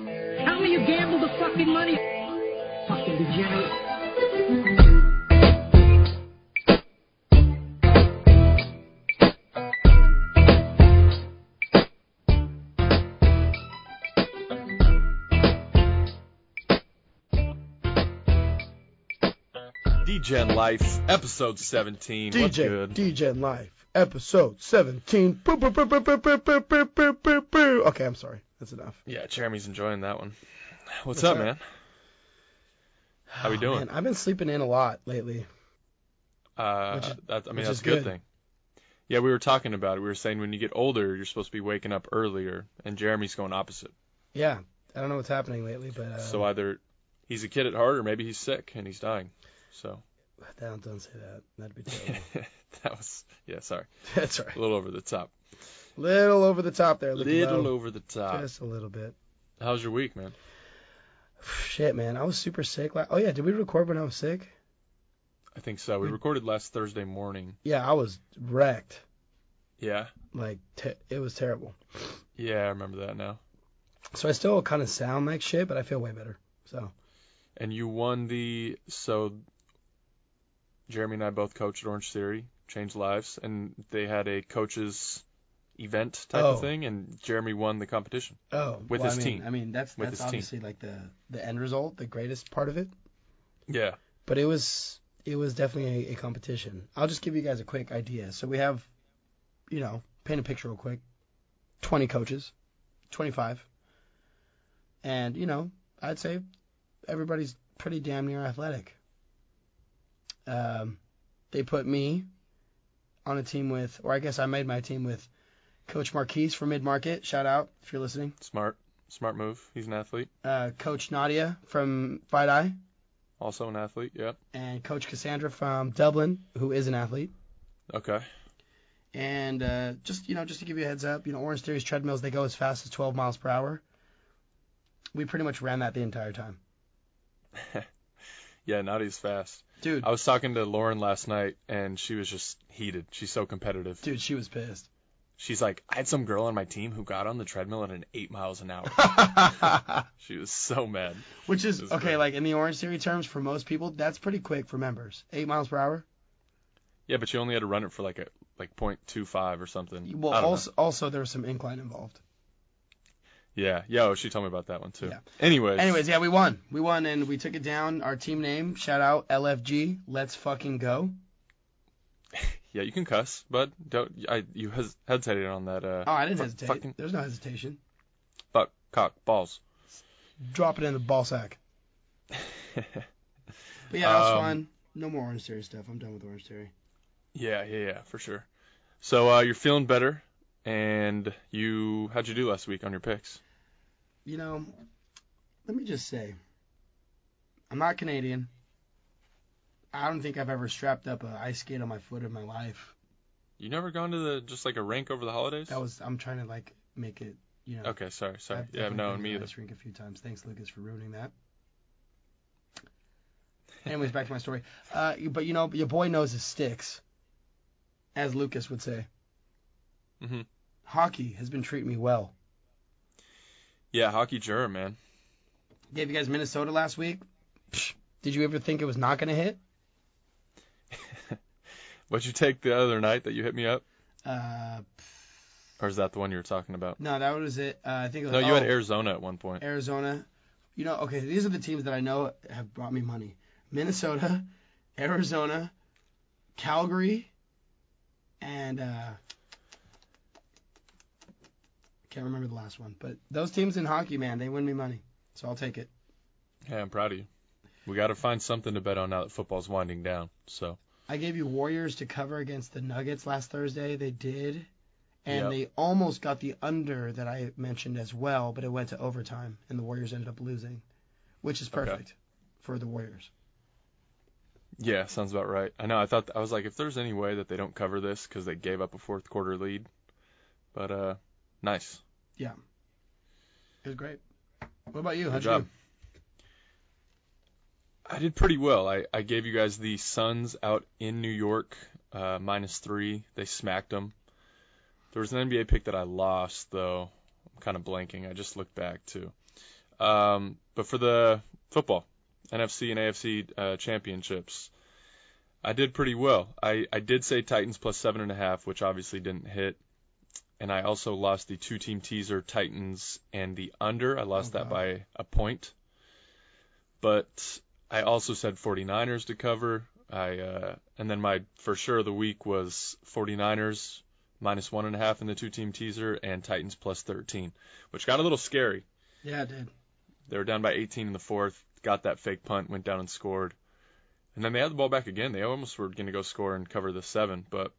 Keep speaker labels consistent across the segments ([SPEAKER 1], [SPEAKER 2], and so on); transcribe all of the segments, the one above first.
[SPEAKER 1] where you gamble the fucking money. Fucking degenerate.
[SPEAKER 2] DGen Life, episode 17. What's
[SPEAKER 3] DJ
[SPEAKER 2] good?
[SPEAKER 3] DGen Life, episode 17. Boo, boo, boo, boo, boo, boo, boo, boo, boo, boo, boo. Okay, I'm sorry. That's enough.
[SPEAKER 2] yeah, Jeremy's enjoying that one. What's,
[SPEAKER 3] What's
[SPEAKER 2] up,
[SPEAKER 3] up?
[SPEAKER 2] man? How we
[SPEAKER 3] Oh,
[SPEAKER 2] doing?
[SPEAKER 3] Man, I've been sleeping in a lot lately.
[SPEAKER 2] Uh,
[SPEAKER 3] Which is-
[SPEAKER 2] that, I mean,
[SPEAKER 3] which
[SPEAKER 2] that's
[SPEAKER 3] is
[SPEAKER 2] a good,
[SPEAKER 3] good.
[SPEAKER 2] thing. Yeah, we were talking about it. We were saying when you get older, you're supposed to be waking up earlier, and Jeremy's going opposite.
[SPEAKER 3] Yeah, I don't know what's happening lately, but uh,
[SPEAKER 2] so either he's a kid at heart, or maybe he's sick and he's dying. So
[SPEAKER 3] don't, don't say that. That'd be terrible.
[SPEAKER 2] that was yeah, sorry,
[SPEAKER 3] That's all right.
[SPEAKER 2] a little over the top.
[SPEAKER 3] Little over the top there.
[SPEAKER 2] A
[SPEAKER 3] Luke
[SPEAKER 2] little
[SPEAKER 3] Bow.
[SPEAKER 2] over the top.
[SPEAKER 3] Just a little bit.
[SPEAKER 2] How's your week, man?
[SPEAKER 3] Shit, man. I was super sick. la- Oh yeah, did we record when I was sick?
[SPEAKER 2] I think so. We
[SPEAKER 3] We-
[SPEAKER 2] recorded last Thursday morning.
[SPEAKER 3] Yeah, I was wrecked.
[SPEAKER 2] Yeah,
[SPEAKER 3] Like te- it was terrible.
[SPEAKER 2] yeah, I remember that now.
[SPEAKER 3] So I still kind of sound like shit, but I feel way better. So
[SPEAKER 2] and you won the so Jeremy and I both coached at Orange Theory, changed lives, and they had a coaches event type
[SPEAKER 3] Oh.
[SPEAKER 2] of thing, and Jeremy won the competition.
[SPEAKER 3] Oh,
[SPEAKER 2] With
[SPEAKER 3] well,
[SPEAKER 2] his
[SPEAKER 3] I mean,
[SPEAKER 2] team.
[SPEAKER 3] I mean, that's
[SPEAKER 2] With his
[SPEAKER 3] that's
[SPEAKER 2] team.
[SPEAKER 3] obviously like the the end result, the greatest part of it.
[SPEAKER 2] Yeah,
[SPEAKER 3] But it was it was definitely a, a competition. I'll just give you guys a quick idea. So we have, you know, paint a picture real quick. Twenty coaches, twenty five, and you know, I'd say everybody's pretty damn near athletic. Um, they put me on a team with, or I guess I made my team with. Coach Marquise from Mid Market, shout out if you're listening.
[SPEAKER 2] smart, smart move. He's an athlete,
[SPEAKER 3] uh, Coach Nadia from Fight Eye
[SPEAKER 2] also an athlete. Yeah.
[SPEAKER 3] and Coach Cassandra from Dublin, who is an athlete.
[SPEAKER 2] Okay.
[SPEAKER 3] And uh, just you know, just to give you a heads up, you know, Orange Theory's treadmills they go as fast as 12 miles per hour. We pretty much ran that the entire time,
[SPEAKER 2] Yeah, Nadia's fast.
[SPEAKER 3] dude.
[SPEAKER 2] I was talking to Lauren last night, and she was just heated. She's so competitive.
[SPEAKER 3] Dude, she was pissed.
[SPEAKER 2] She's like, I had some girl on my team who got on the treadmill at an eight miles an hour. she was so mad.
[SPEAKER 3] Which is
[SPEAKER 2] That's
[SPEAKER 3] okay,
[SPEAKER 2] great.
[SPEAKER 3] like in the Orange Theory terms, for most people, that's pretty quick for members. Eight miles per hour.
[SPEAKER 2] Yeah, but you only had to run it for like a like 0.25 or something.
[SPEAKER 3] Well,
[SPEAKER 2] I don't know.
[SPEAKER 3] also, also there was some incline involved.
[SPEAKER 2] Yeah, yeah, oh, she told me about that one too.
[SPEAKER 3] Yeah.
[SPEAKER 2] Anyways,
[SPEAKER 3] Anyways, yeah, we won. We won and we took it down. Our team name, shout out LFG. Let's fucking go.
[SPEAKER 2] yeah, you can cuss, but don't. I you hes- hesitated on that. Uh,
[SPEAKER 3] Oh, I didn't
[SPEAKER 2] fuck-
[SPEAKER 3] hesitate.
[SPEAKER 2] Fucking
[SPEAKER 3] There's no hesitation.
[SPEAKER 2] fuck, cock, balls.
[SPEAKER 3] Drop it in the ball sack. But yeah, that was
[SPEAKER 2] Um,
[SPEAKER 3] fun. No more Orange Theory stuff. I'm done with Orange Theory.
[SPEAKER 2] yeah, yeah, yeah, for sure. So uh, you're feeling better, and you how'd you do last week on your picks?
[SPEAKER 3] You know, let me just say, I'm not Canadian. I don't think I've ever strapped up a ice skate on my foot in my life.
[SPEAKER 2] You never gone to the just like a rink over the holidays?
[SPEAKER 3] That was I'm trying to like make it. You know.
[SPEAKER 2] okay. Sorry, sorry.
[SPEAKER 3] I've
[SPEAKER 2] yeah,
[SPEAKER 3] definitely
[SPEAKER 2] no,
[SPEAKER 3] been to
[SPEAKER 2] me
[SPEAKER 3] the
[SPEAKER 2] either.
[SPEAKER 3] Ice rink a few times. Thanks, Lucas, for ruining that. Anyways, back to my story. Uh, but you know, your boy knows his sticks, as Lucas would say.
[SPEAKER 2] Mhm.
[SPEAKER 3] Hockey has been treating me well.
[SPEAKER 2] Yeah, hockey germ, man.
[SPEAKER 3] gave you guys Minnesota last week. Psh, Did you ever think it was not going to hit?
[SPEAKER 2] What'd you take the other night that you hit me up,
[SPEAKER 3] Uh,
[SPEAKER 2] or is that the one you were talking about?
[SPEAKER 3] no, that was it. Uh, I think it was
[SPEAKER 2] No, you had
[SPEAKER 3] oh,
[SPEAKER 2] Arizona at one point.
[SPEAKER 3] Arizona. You know, okay, these are the teams that I know have brought me money: Minnesota, Arizona, Calgary, and uh, I can't remember the last one. But those teams in hockey, man, they win me money, so I'll take it.
[SPEAKER 2] Yeah, I'm proud of you. We got to find something to bet on now that football's winding down. So.
[SPEAKER 3] I gave you Warriors to cover against the Nuggets last Thursday. They did. And
[SPEAKER 2] Yep.
[SPEAKER 3] they almost got the under that I mentioned as well, but it went to overtime and the Warriors ended up losing, which is
[SPEAKER 2] Okay.
[SPEAKER 3] perfect for the Warriors.
[SPEAKER 2] Yeah, sounds about right. I know. I thought I was like, if there's any way that they don't cover this because they gave up a fourth quarter lead, but uh, nice.
[SPEAKER 3] It was great. What about you?
[SPEAKER 2] Good
[SPEAKER 3] How'd you
[SPEAKER 2] job.
[SPEAKER 3] do?
[SPEAKER 2] I did pretty well. I, I gave you guys the Suns out in New York, uh, minus three. They smacked them. There was an NBA pick that I lost though. I'm kind of blanking. I just looked back too. Um, but for the football, NFC and AFC uh, championships, I did pretty well. I, I did say Titans plus seven and a half, which obviously didn't hit. And I also lost the two team teaser Titans and the under. I lost
[SPEAKER 3] Oh,
[SPEAKER 2] that
[SPEAKER 3] God.
[SPEAKER 2] by a point. But I also said 49ers to cover. I uh, and then my for sure of the week was 49ers minus one and a half in the two team teaser and Titans plus 13, which got a little scary.
[SPEAKER 3] Yeah, it did.
[SPEAKER 2] They were down by 18 in the fourth, got that fake punt, went down and scored. And then they had the ball back again. They almost were going to go score and cover the seven, but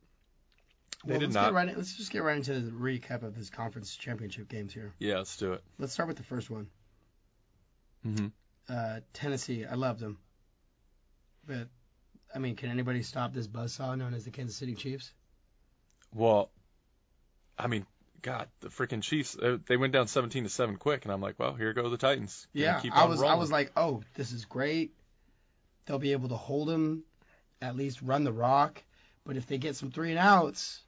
[SPEAKER 2] They
[SPEAKER 3] well,
[SPEAKER 2] did
[SPEAKER 3] let's
[SPEAKER 2] not.
[SPEAKER 3] Get right in, let's just get right into the recap of this conference championship games here.
[SPEAKER 2] yeah, let's do it.
[SPEAKER 3] Let's start with the first one.
[SPEAKER 2] Mm-hmm.
[SPEAKER 3] Uh, Tennessee, I loved them. But, I mean, can anybody stop this buzzsaw known as the Kansas City Chiefs?
[SPEAKER 2] Well, I mean, God, the freaking Chiefs, uh, they went down 17 to 7 quick, and I'm like, well, here go the Titans. Gonna
[SPEAKER 3] Yeah,
[SPEAKER 2] keep
[SPEAKER 3] I
[SPEAKER 2] on
[SPEAKER 3] was I
[SPEAKER 2] rolling.
[SPEAKER 3] was like, oh, this is great. They'll be able to hold them, at least run the rock. But if they get some three and outs,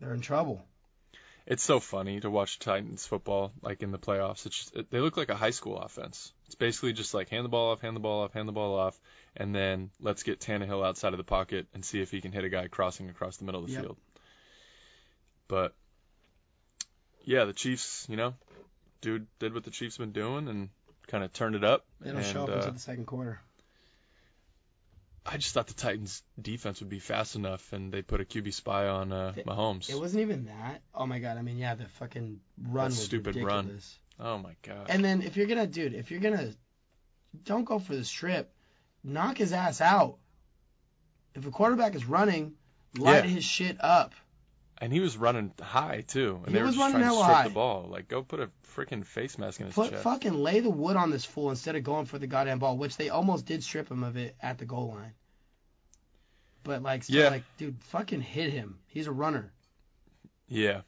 [SPEAKER 3] they're in trouble.
[SPEAKER 2] It's so funny to watch Titans football, like in the playoffs. It's just, it, they look like a high school offense. It's basically just like hand the ball off, hand the ball off, hand the ball off, and then let's get Tannehill outside of the pocket and see if he can hit a guy crossing across the middle of the
[SPEAKER 3] Yep.
[SPEAKER 2] field. But yeah, the Chiefs, you know, dude did what the Chiefs been doing and kind of turned it up.
[SPEAKER 3] They don't
[SPEAKER 2] and
[SPEAKER 3] show up
[SPEAKER 2] uh,
[SPEAKER 3] until the second quarter.
[SPEAKER 2] I just thought the Titans defense would be fast enough, and they put a QB spy on uh,
[SPEAKER 3] It-
[SPEAKER 2] Mahomes.
[SPEAKER 3] It wasn't even that. Oh my god! I mean, yeah, the fucking run
[SPEAKER 2] That
[SPEAKER 3] was
[SPEAKER 2] stupid run.
[SPEAKER 3] ridiculous.
[SPEAKER 2] oh my god!
[SPEAKER 3] And then if you're gonna, dude, if you're gonna, don't go for the strip. Knock his ass out. If a quarterback is running, light
[SPEAKER 2] Yeah.
[SPEAKER 3] his shit up.
[SPEAKER 2] And he was running high too, and
[SPEAKER 3] He
[SPEAKER 2] they were
[SPEAKER 3] was
[SPEAKER 2] just
[SPEAKER 3] running
[SPEAKER 2] trying to
[SPEAKER 3] hella
[SPEAKER 2] strip
[SPEAKER 3] high.
[SPEAKER 2] the ball. Like, go put a freaking face mask in his
[SPEAKER 3] Put
[SPEAKER 2] chest.
[SPEAKER 3] fucking lay the wood on this fool instead of going for the goddamn ball, which they almost did strip him of it at the goal line. But like, still,
[SPEAKER 2] Yeah.
[SPEAKER 3] like, dude, fucking hit him. He's a runner.
[SPEAKER 2] Yeah,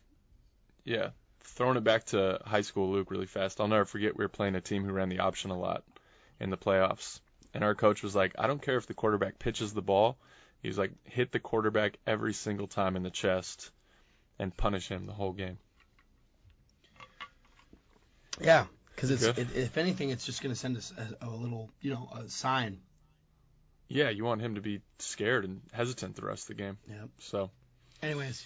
[SPEAKER 2] yeah. Throwing it back to high school Luke really fast. I'll never forget we were playing a team who ran the option a lot in the playoffs, and our coach was like, "I don't care if the quarterback pitches the ball." He was like, "Hit the quarterback every single time in the chest, and punish him the whole game."
[SPEAKER 3] Yeah, because it's
[SPEAKER 2] Okay.
[SPEAKER 3] it, if anything, it's just gonna send us a, a little, you know, a sign.
[SPEAKER 2] Yeah, you want him to be scared and hesitant the rest of the game.
[SPEAKER 3] Yep.
[SPEAKER 2] So
[SPEAKER 3] Anyways,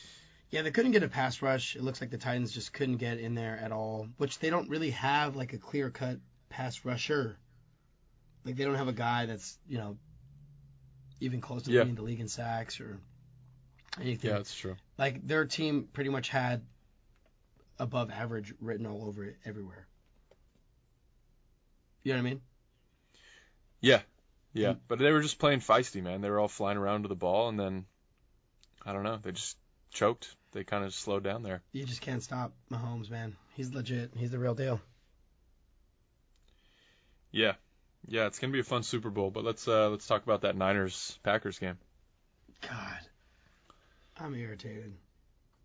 [SPEAKER 3] yeah, they couldn't get a pass rush. It looks like the Titans just couldn't get in there at all, which they don't really have like a clear cut pass rusher. Like they don't have a guy that's you know even close to
[SPEAKER 2] Yeah.
[SPEAKER 3] leading the league in sacks or anything.
[SPEAKER 2] yeah, that's true.
[SPEAKER 3] Like their team pretty much had above average written all over it everywhere. You know what I mean?
[SPEAKER 2] Yeah, but they were just playing feisty, man. They were all flying around to the ball, and then I don't know, they just choked. They kind of slowed down there.
[SPEAKER 3] You just can't stop Mahomes, man. He's legit. He's the real deal.
[SPEAKER 2] Yeah, yeah, it's gonna be a fun Super Bowl. But let's uh, let's talk about that Niners Packers game.
[SPEAKER 3] God, I'm irritated.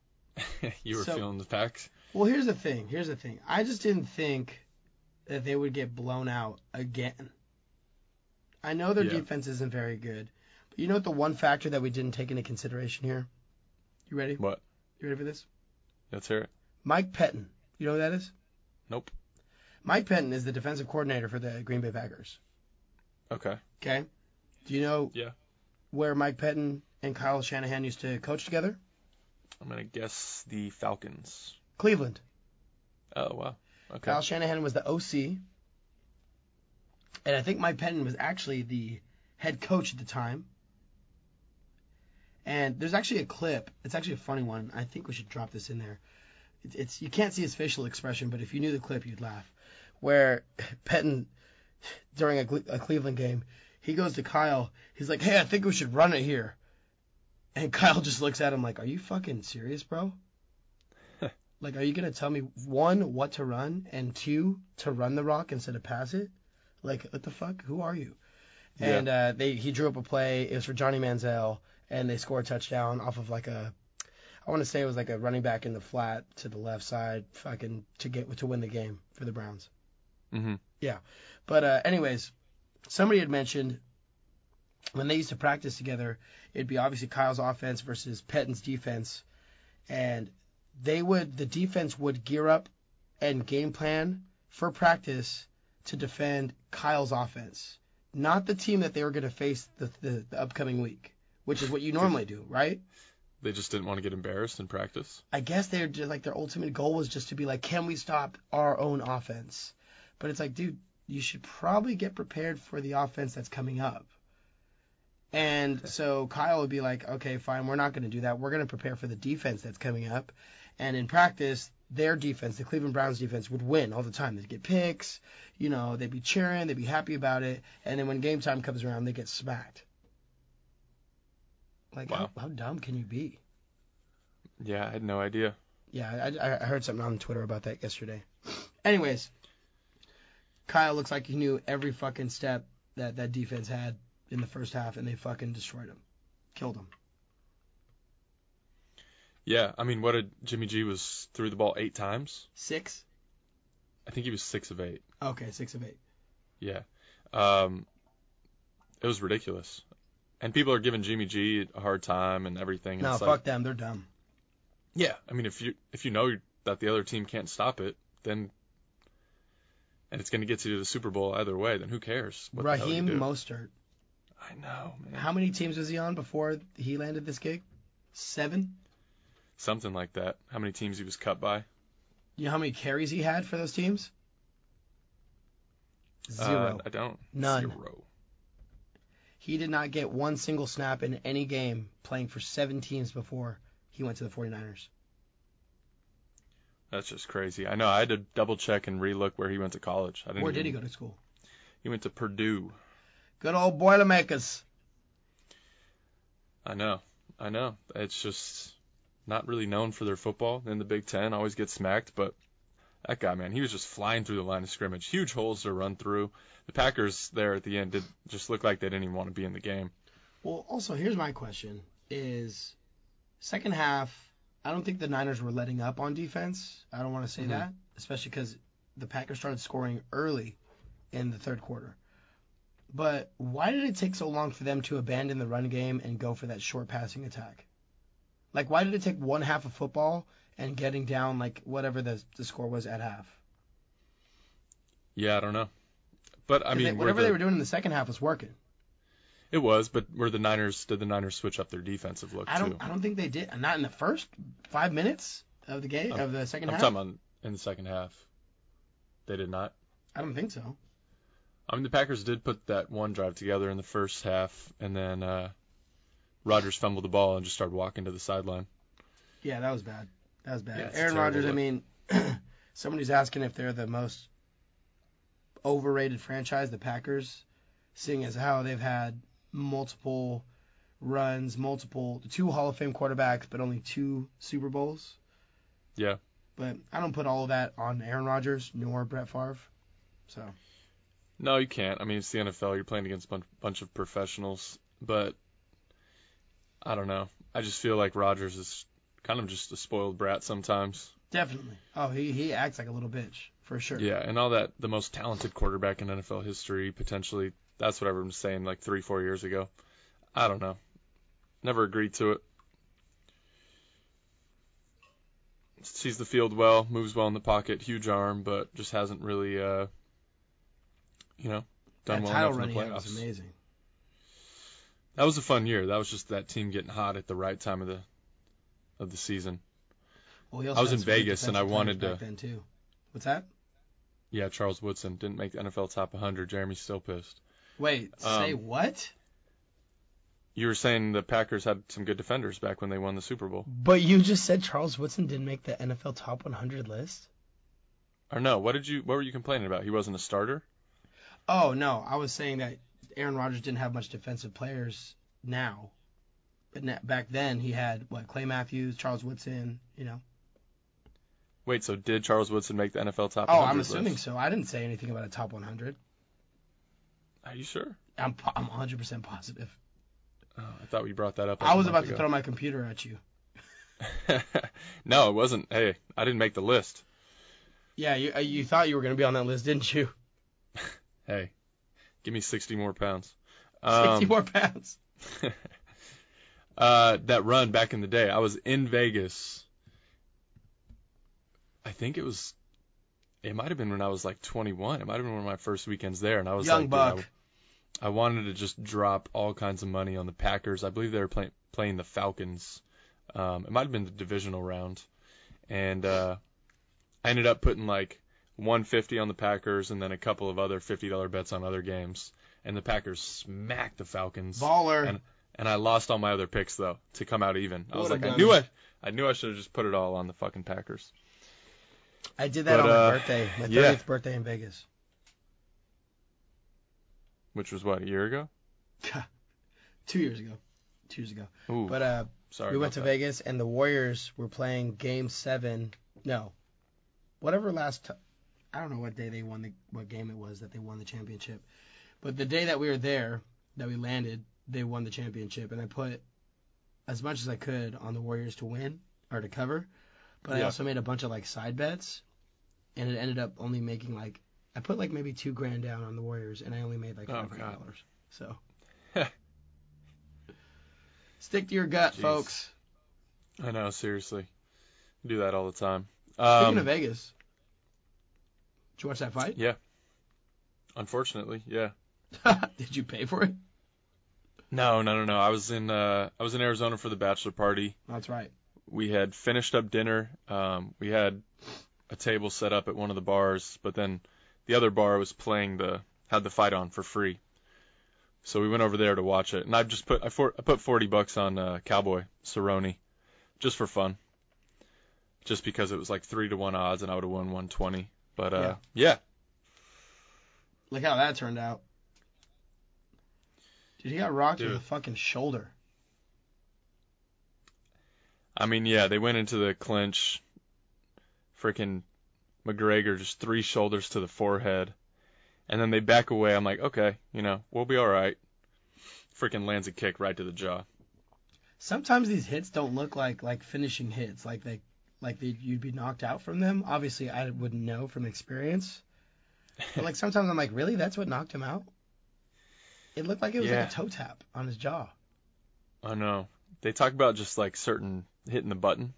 [SPEAKER 2] you were
[SPEAKER 3] So-
[SPEAKER 2] feeling the Packs.
[SPEAKER 3] Well, here's the thing. Here's the thing. I just didn't think that they would get blown out again. I know their
[SPEAKER 2] Yeah.
[SPEAKER 3] defense isn't very good, but you know what? The one factor that we didn't take into consideration here. You ready?
[SPEAKER 2] What?
[SPEAKER 3] You ready for this?
[SPEAKER 2] Let's hear it.
[SPEAKER 3] Mike Pettin. You know who that is?
[SPEAKER 2] Nope.
[SPEAKER 3] Mike Pettin is the defensive coordinator for the Green Bay Packers.
[SPEAKER 2] Okay.
[SPEAKER 3] Okay. Do you know?
[SPEAKER 2] Yeah.
[SPEAKER 3] Where Mike Pettin and Kyle Shanahan used to coach together?
[SPEAKER 2] I'm gonna guess the Falcons.
[SPEAKER 3] Cleveland.
[SPEAKER 2] Oh wow. Okay.
[SPEAKER 3] Kyle Shanahan was the OC, and I think Mike Penton was actually the head coach at the time. And there's actually a clip. It's actually a funny one. I think we should drop this in there. It- It's you can't see his facial expression, but if you knew the clip, you'd laugh. Where Penton, during a, Cle- a Cleveland game, he goes to Kyle. He's like, "Hey, I think we should run it here." And Kyle just looks at him like, "Are you fucking serious, bro?" Like, are you gonna tell me one what to run and two to run the rock instead of pass it? Like, what the fuck? Who are you?
[SPEAKER 2] Yeah.
[SPEAKER 3] And uh, they he drew up a play. It was for Johnny Manziel, and they scored a touchdown off of like a, I want to say it was like a running back in the flat to the left side, fucking to get to win the game for the Browns.
[SPEAKER 2] hmm
[SPEAKER 3] But uh, anyways, somebody had mentioned when they used to practice together, it'd be obviously Kyle's offense versus Pettin's defense, and they would the defense would gear up and game plan for practice to defend Kyle's offense, not the team that they were going to face the, the, the upcoming week, which is what you normally do, right?
[SPEAKER 2] They just didn't want to get embarrassed in practice.
[SPEAKER 3] I guess they're just like their ultimate goal was just to be like, can we stop our own offense? But it's like, dude, you should probably get prepared for the offense that's coming up. And so Kyle would be like, okay, fine, we're not going to do that. We're going to prepare for the defense that's coming up. And in practice, their defense, the Cleveland Browns defense, would win all the time. They'd get picks, you know, they'd be cheering, they'd be happy about it. And then when game time comes around, they get smacked. Like,
[SPEAKER 2] Wow.
[SPEAKER 3] how, how dumb can you be?
[SPEAKER 2] Yeah, I had no idea.
[SPEAKER 3] Yeah, I, I heard something on Twitter about that yesterday. Anyways, Kyle looks like he knew every fucking step that that defense had in the first half, and they fucking destroyed him, killed him.
[SPEAKER 2] Yeah, I mean, what did Jimmy G was threw the ball eight times?
[SPEAKER 3] Six?
[SPEAKER 2] I think he was six of eight.
[SPEAKER 3] Okay, six of eight.
[SPEAKER 2] Yeah, um, it was ridiculous. And people are giving Jimmy G a hard time and everything. and
[SPEAKER 3] No,
[SPEAKER 2] it's
[SPEAKER 3] fuck
[SPEAKER 2] like,
[SPEAKER 3] them. They're dumb.
[SPEAKER 2] Yeah, I mean, if you if you know that the other team can't stop it, then and it's going to get you to the Super Bowl either way. Then who cares? What the hell you
[SPEAKER 3] Raheem
[SPEAKER 2] do?
[SPEAKER 3] Mostert.
[SPEAKER 2] I know, man.
[SPEAKER 3] How many teams was he on before he landed this gig? Seven.
[SPEAKER 2] Something like that. How many teams he was cut by?
[SPEAKER 3] You know how many carries he had for those teams?
[SPEAKER 2] Uh,
[SPEAKER 3] Zero.
[SPEAKER 2] I don't.
[SPEAKER 3] None.
[SPEAKER 2] Zero.
[SPEAKER 3] He did not get one single snap in any game playing for seven teams before he went to the 49ers.
[SPEAKER 2] That's just crazy. I know. I had to double check and relook where he went to college. I didn't.
[SPEAKER 3] Where did he
[SPEAKER 2] even-
[SPEAKER 3] go to school?
[SPEAKER 2] He went to Purdue.
[SPEAKER 3] Good old Boilermakers.
[SPEAKER 2] I know. I know. It's just not really known for their football in the Big Ten. Always get smacked, but that guy, man, he was just flying through the line of scrimmage. Huge holes to run through. The Packers there at the end did just look like they didn't even want to be in the game.
[SPEAKER 3] Well, also, here's my question is second half, I don't think the Niners were letting up on defense. I don't want to say
[SPEAKER 2] Mhm.
[SPEAKER 3] that, especially because the Packers started scoring early in the third quarter. But why did it take so long for them to abandon the run game and go for that short passing attack? Like, why did it take one half of football and getting down, like, whatever the, the score was at half?
[SPEAKER 2] Yeah, I don't know. But I
[SPEAKER 3] 'Cause
[SPEAKER 2] mean,
[SPEAKER 3] they-
[SPEAKER 2] were
[SPEAKER 3] whatever
[SPEAKER 2] the-
[SPEAKER 3] they were doing in the second half was working.
[SPEAKER 2] it was. But were the Niners? Did the Niners switch up their defensive look
[SPEAKER 3] I
[SPEAKER 2] too?
[SPEAKER 3] don't. I don't think they did. Not in the first five minutes of the game
[SPEAKER 2] I'm-
[SPEAKER 3] of the 2nd
[SPEAKER 2] I'm
[SPEAKER 3] half.
[SPEAKER 2] talking about in the second half. They did not.
[SPEAKER 3] I don't think so.
[SPEAKER 2] I mean, the Packers did put that one drive together in the first half, and then uh, Rodgers fumbled the ball and just started walking to the sideline.
[SPEAKER 3] Yeah, that was bad. That was bad.
[SPEAKER 2] Yeah, it's a
[SPEAKER 3] Aaron
[SPEAKER 2] terrible
[SPEAKER 3] Rodgers. I
[SPEAKER 2] look.
[SPEAKER 3] mean, somebody's asking if they're the most overrated franchise, the Packers, seeing as how they've had multiple runs, multiple two Hall of Fame quarterbacks, but only two Super Bowls.
[SPEAKER 2] Yeah.
[SPEAKER 3] But I don't put all of that on Aaron Rodgers nor Brett Favre. So
[SPEAKER 2] No, you can't. I mean, it's the NFL. You're playing against a bunch, bunch of professionals, but I don't know. I just feel like Rodgers is kind of just a spoiled brat sometimes.
[SPEAKER 3] definitely. Oh, he he acts like a little bitch for sure.
[SPEAKER 2] Yeah, and all that, the most talented quarterback in NFL history, potentially. That's what everyone was saying like three, four years ago. I don't know. Never agreed to it. Sees the field well, moves well in the pocket, huge arm, but just hasn't really, uh, you know, done
[SPEAKER 3] that
[SPEAKER 2] well
[SPEAKER 3] title
[SPEAKER 2] enough in
[SPEAKER 3] run he
[SPEAKER 2] the
[SPEAKER 3] had was
[SPEAKER 2] playoffs.
[SPEAKER 3] amazing.
[SPEAKER 2] That was a fun year. That was just that team getting hot at the right time of the of the season.
[SPEAKER 3] Well, he
[SPEAKER 2] I was
[SPEAKER 3] had
[SPEAKER 2] in
[SPEAKER 3] some great
[SPEAKER 2] Vegas and I
[SPEAKER 3] defensive
[SPEAKER 2] wanted
[SPEAKER 3] players back
[SPEAKER 2] to-
[SPEAKER 3] Then too. What's that?
[SPEAKER 2] Yeah, Charles Woodson didn't make the NFL top 100. Jeremy's still pissed.
[SPEAKER 3] Wait, say
[SPEAKER 2] Um,
[SPEAKER 3] what?
[SPEAKER 2] You were saying the Packers had some good defenders back when they won the Super Bowl.
[SPEAKER 3] But you just said Charles Woodson didn't make the NFL top 100 list.
[SPEAKER 2] Or no, what did you what were you complaining about? He wasn't a starter?
[SPEAKER 3] Oh no, I was saying that Aaron Rodgers didn't have much defensive players now, but na- back then he had what Clay Matthews, Charles Woodson. You know.
[SPEAKER 2] Wait, so did Charles Woodson make the NFL top
[SPEAKER 3] Oh,
[SPEAKER 2] 100
[SPEAKER 3] I'm assuming
[SPEAKER 2] list?
[SPEAKER 3] so. I didn't say anything about a top 100.
[SPEAKER 2] Are you sure?
[SPEAKER 3] I'm po- I'm 100% positive.
[SPEAKER 2] Oh, I thought we brought that up.
[SPEAKER 3] I was about to throw my computer at you.
[SPEAKER 2] to throw. no, it wasn't. Hey, I didn't make the list.
[SPEAKER 3] Yeah, you uh, you thought you were gonna be on that list, didn't you?
[SPEAKER 2] Hey, give me 60 more pounds.
[SPEAKER 3] 60
[SPEAKER 2] Um,
[SPEAKER 3] more pounds.
[SPEAKER 2] uh, that run back in the day, I was in Vegas. I think it was it might have been when I was like 21. It might have been one of my first weekends there, and I was
[SPEAKER 4] Young
[SPEAKER 2] like, dude,
[SPEAKER 4] buck.
[SPEAKER 2] I, I wanted to just drop all kinds of money on the Packers. I believe they were playing playing the Falcons. Um, it might have been the divisional round, and uh, I ended up putting like 150 on the Packers, and then a couple of other $50 bets on other games. And the Packers smacked the Falcons.
[SPEAKER 4] Baller.
[SPEAKER 2] And, and I lost all my other picks though to come out even. I
[SPEAKER 4] What
[SPEAKER 2] was
[SPEAKER 4] a
[SPEAKER 2] like, I
[SPEAKER 4] dummy.
[SPEAKER 2] knew I, I knew I should have just put it all on the fucking Packers.
[SPEAKER 3] I did that
[SPEAKER 2] But,
[SPEAKER 3] on my
[SPEAKER 2] uh,
[SPEAKER 3] birthday, my 30th
[SPEAKER 2] yeah.
[SPEAKER 3] birthday in Vegas.
[SPEAKER 2] which was what a year ago.
[SPEAKER 3] Two years ago. Two years ago.
[SPEAKER 2] Ooh,
[SPEAKER 3] But uh,
[SPEAKER 2] sorry.
[SPEAKER 3] we went
[SPEAKER 2] about
[SPEAKER 3] to
[SPEAKER 2] that.
[SPEAKER 3] Vegas, and the Warriors were playing Game Seven. No, whatever last. T- I don't know what day they won the what game it was that they won the championship, but the day that we were there, that we landed, they won the championship, and I put as much as I could on the Warriors to win or to cover, but I
[SPEAKER 2] Yeah.
[SPEAKER 3] also made a bunch of like side bets, and it ended up only making like I put like maybe two grand down on the Warriors, and I only made like
[SPEAKER 2] Oh,
[SPEAKER 3] five hundred
[SPEAKER 2] God.
[SPEAKER 3] dollars. So. Stick to your gut,
[SPEAKER 2] Jeez.
[SPEAKER 3] folks.
[SPEAKER 2] I know, seriously, do that all the time.
[SPEAKER 3] Speaking
[SPEAKER 2] Um,
[SPEAKER 3] of Vegas, did you watch that fight?
[SPEAKER 2] unfortunately, yeah.
[SPEAKER 3] did you pay for it?
[SPEAKER 2] No, no, no, no. I was in uh, I was in Arizona for the bachelor party.
[SPEAKER 3] That's right.
[SPEAKER 2] We had finished up dinner. Um, we had a table set up at one of the bars, but then the other bar was playing the had the fight on for free. So we went over there to watch it, and I just put I, for, I put forty bucks on uh, Cowboy Cerrone, just for fun, just because it was like three to one odds, and I would have won one twenty. But uh, yeah,
[SPEAKER 3] Look how that turned out. Dude, he got rocked in the
[SPEAKER 2] Dude.
[SPEAKER 3] fucking shoulder.
[SPEAKER 2] I mean, yeah, they went into the clinch. Freaking McGregor just three shoulders to the forehead, and then they back away. I'm like, okay, you know, we'll be all right. Freaking lands a kick right to the jaw.
[SPEAKER 3] Sometimes these hits don't look like like finishing hits, like they like they, you'd be knocked out from them. Obviously, I wouldn't know from experience. But like sometimes I'm like, really? That's what knocked him out? It looked like it was
[SPEAKER 2] Yeah.
[SPEAKER 3] like a toe tap on his jaw.
[SPEAKER 2] I know. They talk about just like certain hitting the button,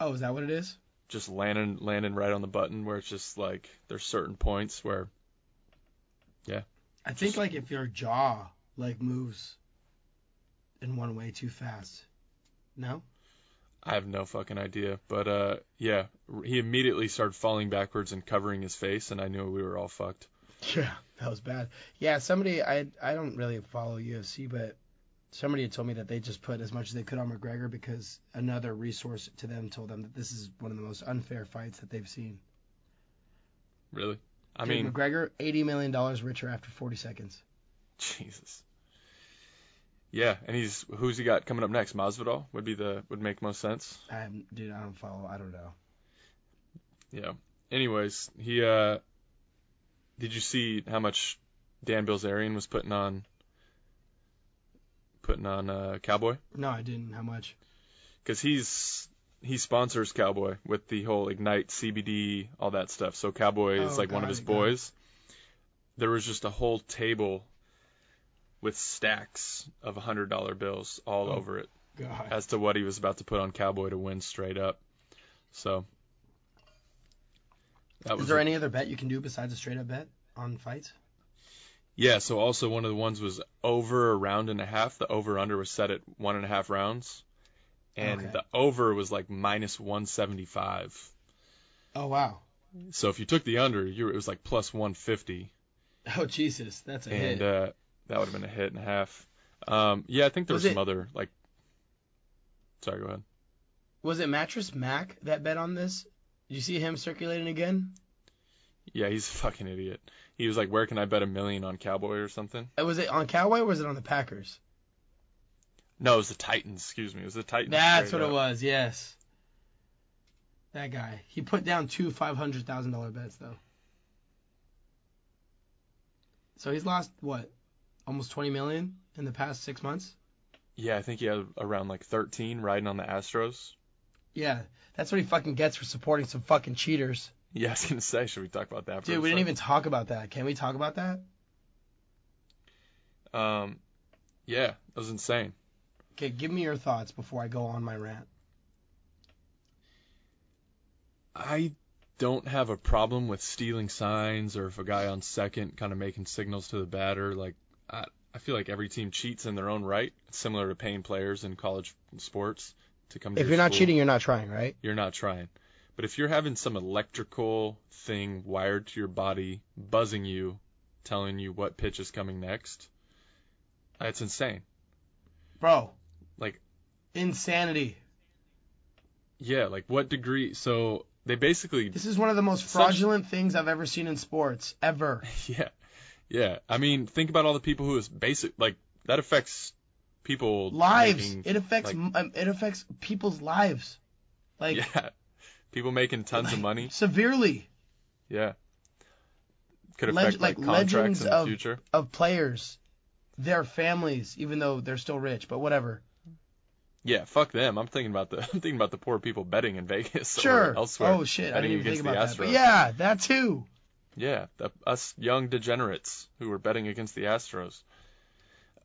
[SPEAKER 3] Oh, is that what it is?
[SPEAKER 2] just landing landing right on the button where it's just like there's certain points where
[SPEAKER 3] I think like if your jaw like moves in one way too fast. No?
[SPEAKER 2] I have no fucking idea. But uh yeah, he immediately started falling backwards and covering his face and I knew we were all fucked.
[SPEAKER 3] Yeah, that was bad. Yeah, somebody I I don't really follow UFC, but somebody had told me that they just put as much as they could on McGregor because another resource to them told them that this is one of the most unfair fights that they've seen.
[SPEAKER 2] Really? I
[SPEAKER 3] Dude,
[SPEAKER 2] mean,
[SPEAKER 3] McGregor, eighty million dollars richer after forty seconds.
[SPEAKER 2] Jesus. Yeah, and he's who's he got coming up next? Masvidal would be the would make most sense.
[SPEAKER 3] I dude, I don't follow. I don't know.
[SPEAKER 2] Yeah. Anyways, he uh did you see how much Dan Bilzerian was putting on putting on uh Cowboy?
[SPEAKER 3] No, I didn't. How much?
[SPEAKER 2] Cuz he's he sponsors Cowboy with the whole Ignite CBD all that stuff. So Cowboy
[SPEAKER 3] Oh,
[SPEAKER 2] is like one
[SPEAKER 3] got
[SPEAKER 2] of his
[SPEAKER 3] it, got it.
[SPEAKER 2] boys. There was just a whole table with stacks of $100 bills all
[SPEAKER 3] Oh.
[SPEAKER 2] over it.
[SPEAKER 3] God.
[SPEAKER 2] as to what he was about to put on Cowboy to win straight up. So that
[SPEAKER 3] Is
[SPEAKER 2] was
[SPEAKER 3] there
[SPEAKER 2] a-
[SPEAKER 3] any other bet you can do besides a straight up bet on fights?
[SPEAKER 2] yeah. So also one of the ones was over a round and a half. The over under was set at one and a half rounds, and
[SPEAKER 3] Okay.
[SPEAKER 2] the over was like minus one seventy five.
[SPEAKER 3] Oh wow.
[SPEAKER 2] So if you took the under, you were, it was like plus one fifty,
[SPEAKER 3] Oh Jesus, that's a
[SPEAKER 2] and
[SPEAKER 3] hit.
[SPEAKER 2] uh, that would have been a hit and a half. Um, yeah, I think there
[SPEAKER 3] Was
[SPEAKER 2] was,
[SPEAKER 3] it-
[SPEAKER 2] some other like. Sorry, go ahead.
[SPEAKER 3] Was it Mattress Mac that bet on this? Did you see him circulating again?
[SPEAKER 2] Yeah, he's a fucking idiot. He was like, "Where can I bet a million on Cowboy or something?"
[SPEAKER 3] Uh, Was it on Cowboy or was it on the Packers?
[SPEAKER 2] No, it was the Titans. Excuse me, it was the Titans.
[SPEAKER 3] That's
[SPEAKER 2] straight
[SPEAKER 3] what it
[SPEAKER 2] up.
[SPEAKER 3] was. Yes. That guy. He put down two five hundred thousand dollar bets though. So he's lost what, almost twenty million in the past six months.
[SPEAKER 2] Yeah, I think he had around like 13 riding on the Astros.
[SPEAKER 3] Yeah, that's what he fucking gets for supporting some fucking cheaters.
[SPEAKER 2] Yeah, I was gonna say, should we talk about that? For
[SPEAKER 3] Dude,
[SPEAKER 2] a
[SPEAKER 3] we didn't even
[SPEAKER 2] second?
[SPEAKER 3] talk about that. Can we talk about that?
[SPEAKER 2] Um, yeah, that was insane.
[SPEAKER 3] Okay, give me your thoughts before I go on my rant.
[SPEAKER 2] I don't have a problem with stealing signs or if a guy on second kind of making signals to the batter. Like I, I feel like every team cheats in their own right. It's similar to paying players in college sports to come. To
[SPEAKER 3] If
[SPEAKER 2] your
[SPEAKER 3] you're not
[SPEAKER 2] school.
[SPEAKER 3] cheating, you're not trying, right?
[SPEAKER 2] you're not trying. But if you're having some electrical thing wired to your body, buzzing you, telling you what pitch is coming next, it's insane.
[SPEAKER 3] Bro.
[SPEAKER 2] Like-
[SPEAKER 3] insanity.
[SPEAKER 2] Yeah, like what degree? So they basically,
[SPEAKER 3] This is one of the most
[SPEAKER 2] Such-
[SPEAKER 3] fraudulent things I've ever seen in sports ever.
[SPEAKER 2] yeah, yeah. I mean, think about all the people who is basic, like that affects people
[SPEAKER 3] Lives.
[SPEAKER 2] making-
[SPEAKER 3] It affects
[SPEAKER 2] like-
[SPEAKER 3] m um, it affects people's lives. Like
[SPEAKER 2] yeah, people making tons of money.
[SPEAKER 3] severely
[SPEAKER 2] Yeah, could
[SPEAKER 3] Leg-
[SPEAKER 2] affect like,
[SPEAKER 3] like,
[SPEAKER 2] contracts
[SPEAKER 3] legends
[SPEAKER 2] in the
[SPEAKER 3] of-
[SPEAKER 2] future.
[SPEAKER 3] of players, their families, even though they're still rich, but whatever.
[SPEAKER 2] Yeah, fuck them. I'm thinking about the I'm thinking about the poor people betting in Vegas
[SPEAKER 3] Sure.
[SPEAKER 2] or elsewhere.
[SPEAKER 3] Oh shit, I
[SPEAKER 2] betting
[SPEAKER 3] didn't even think
[SPEAKER 2] against the
[SPEAKER 3] about that. But
[SPEAKER 2] Astros.
[SPEAKER 3] yeah, that too.
[SPEAKER 2] Yeah, the, us young degenerates who were betting against the Astros.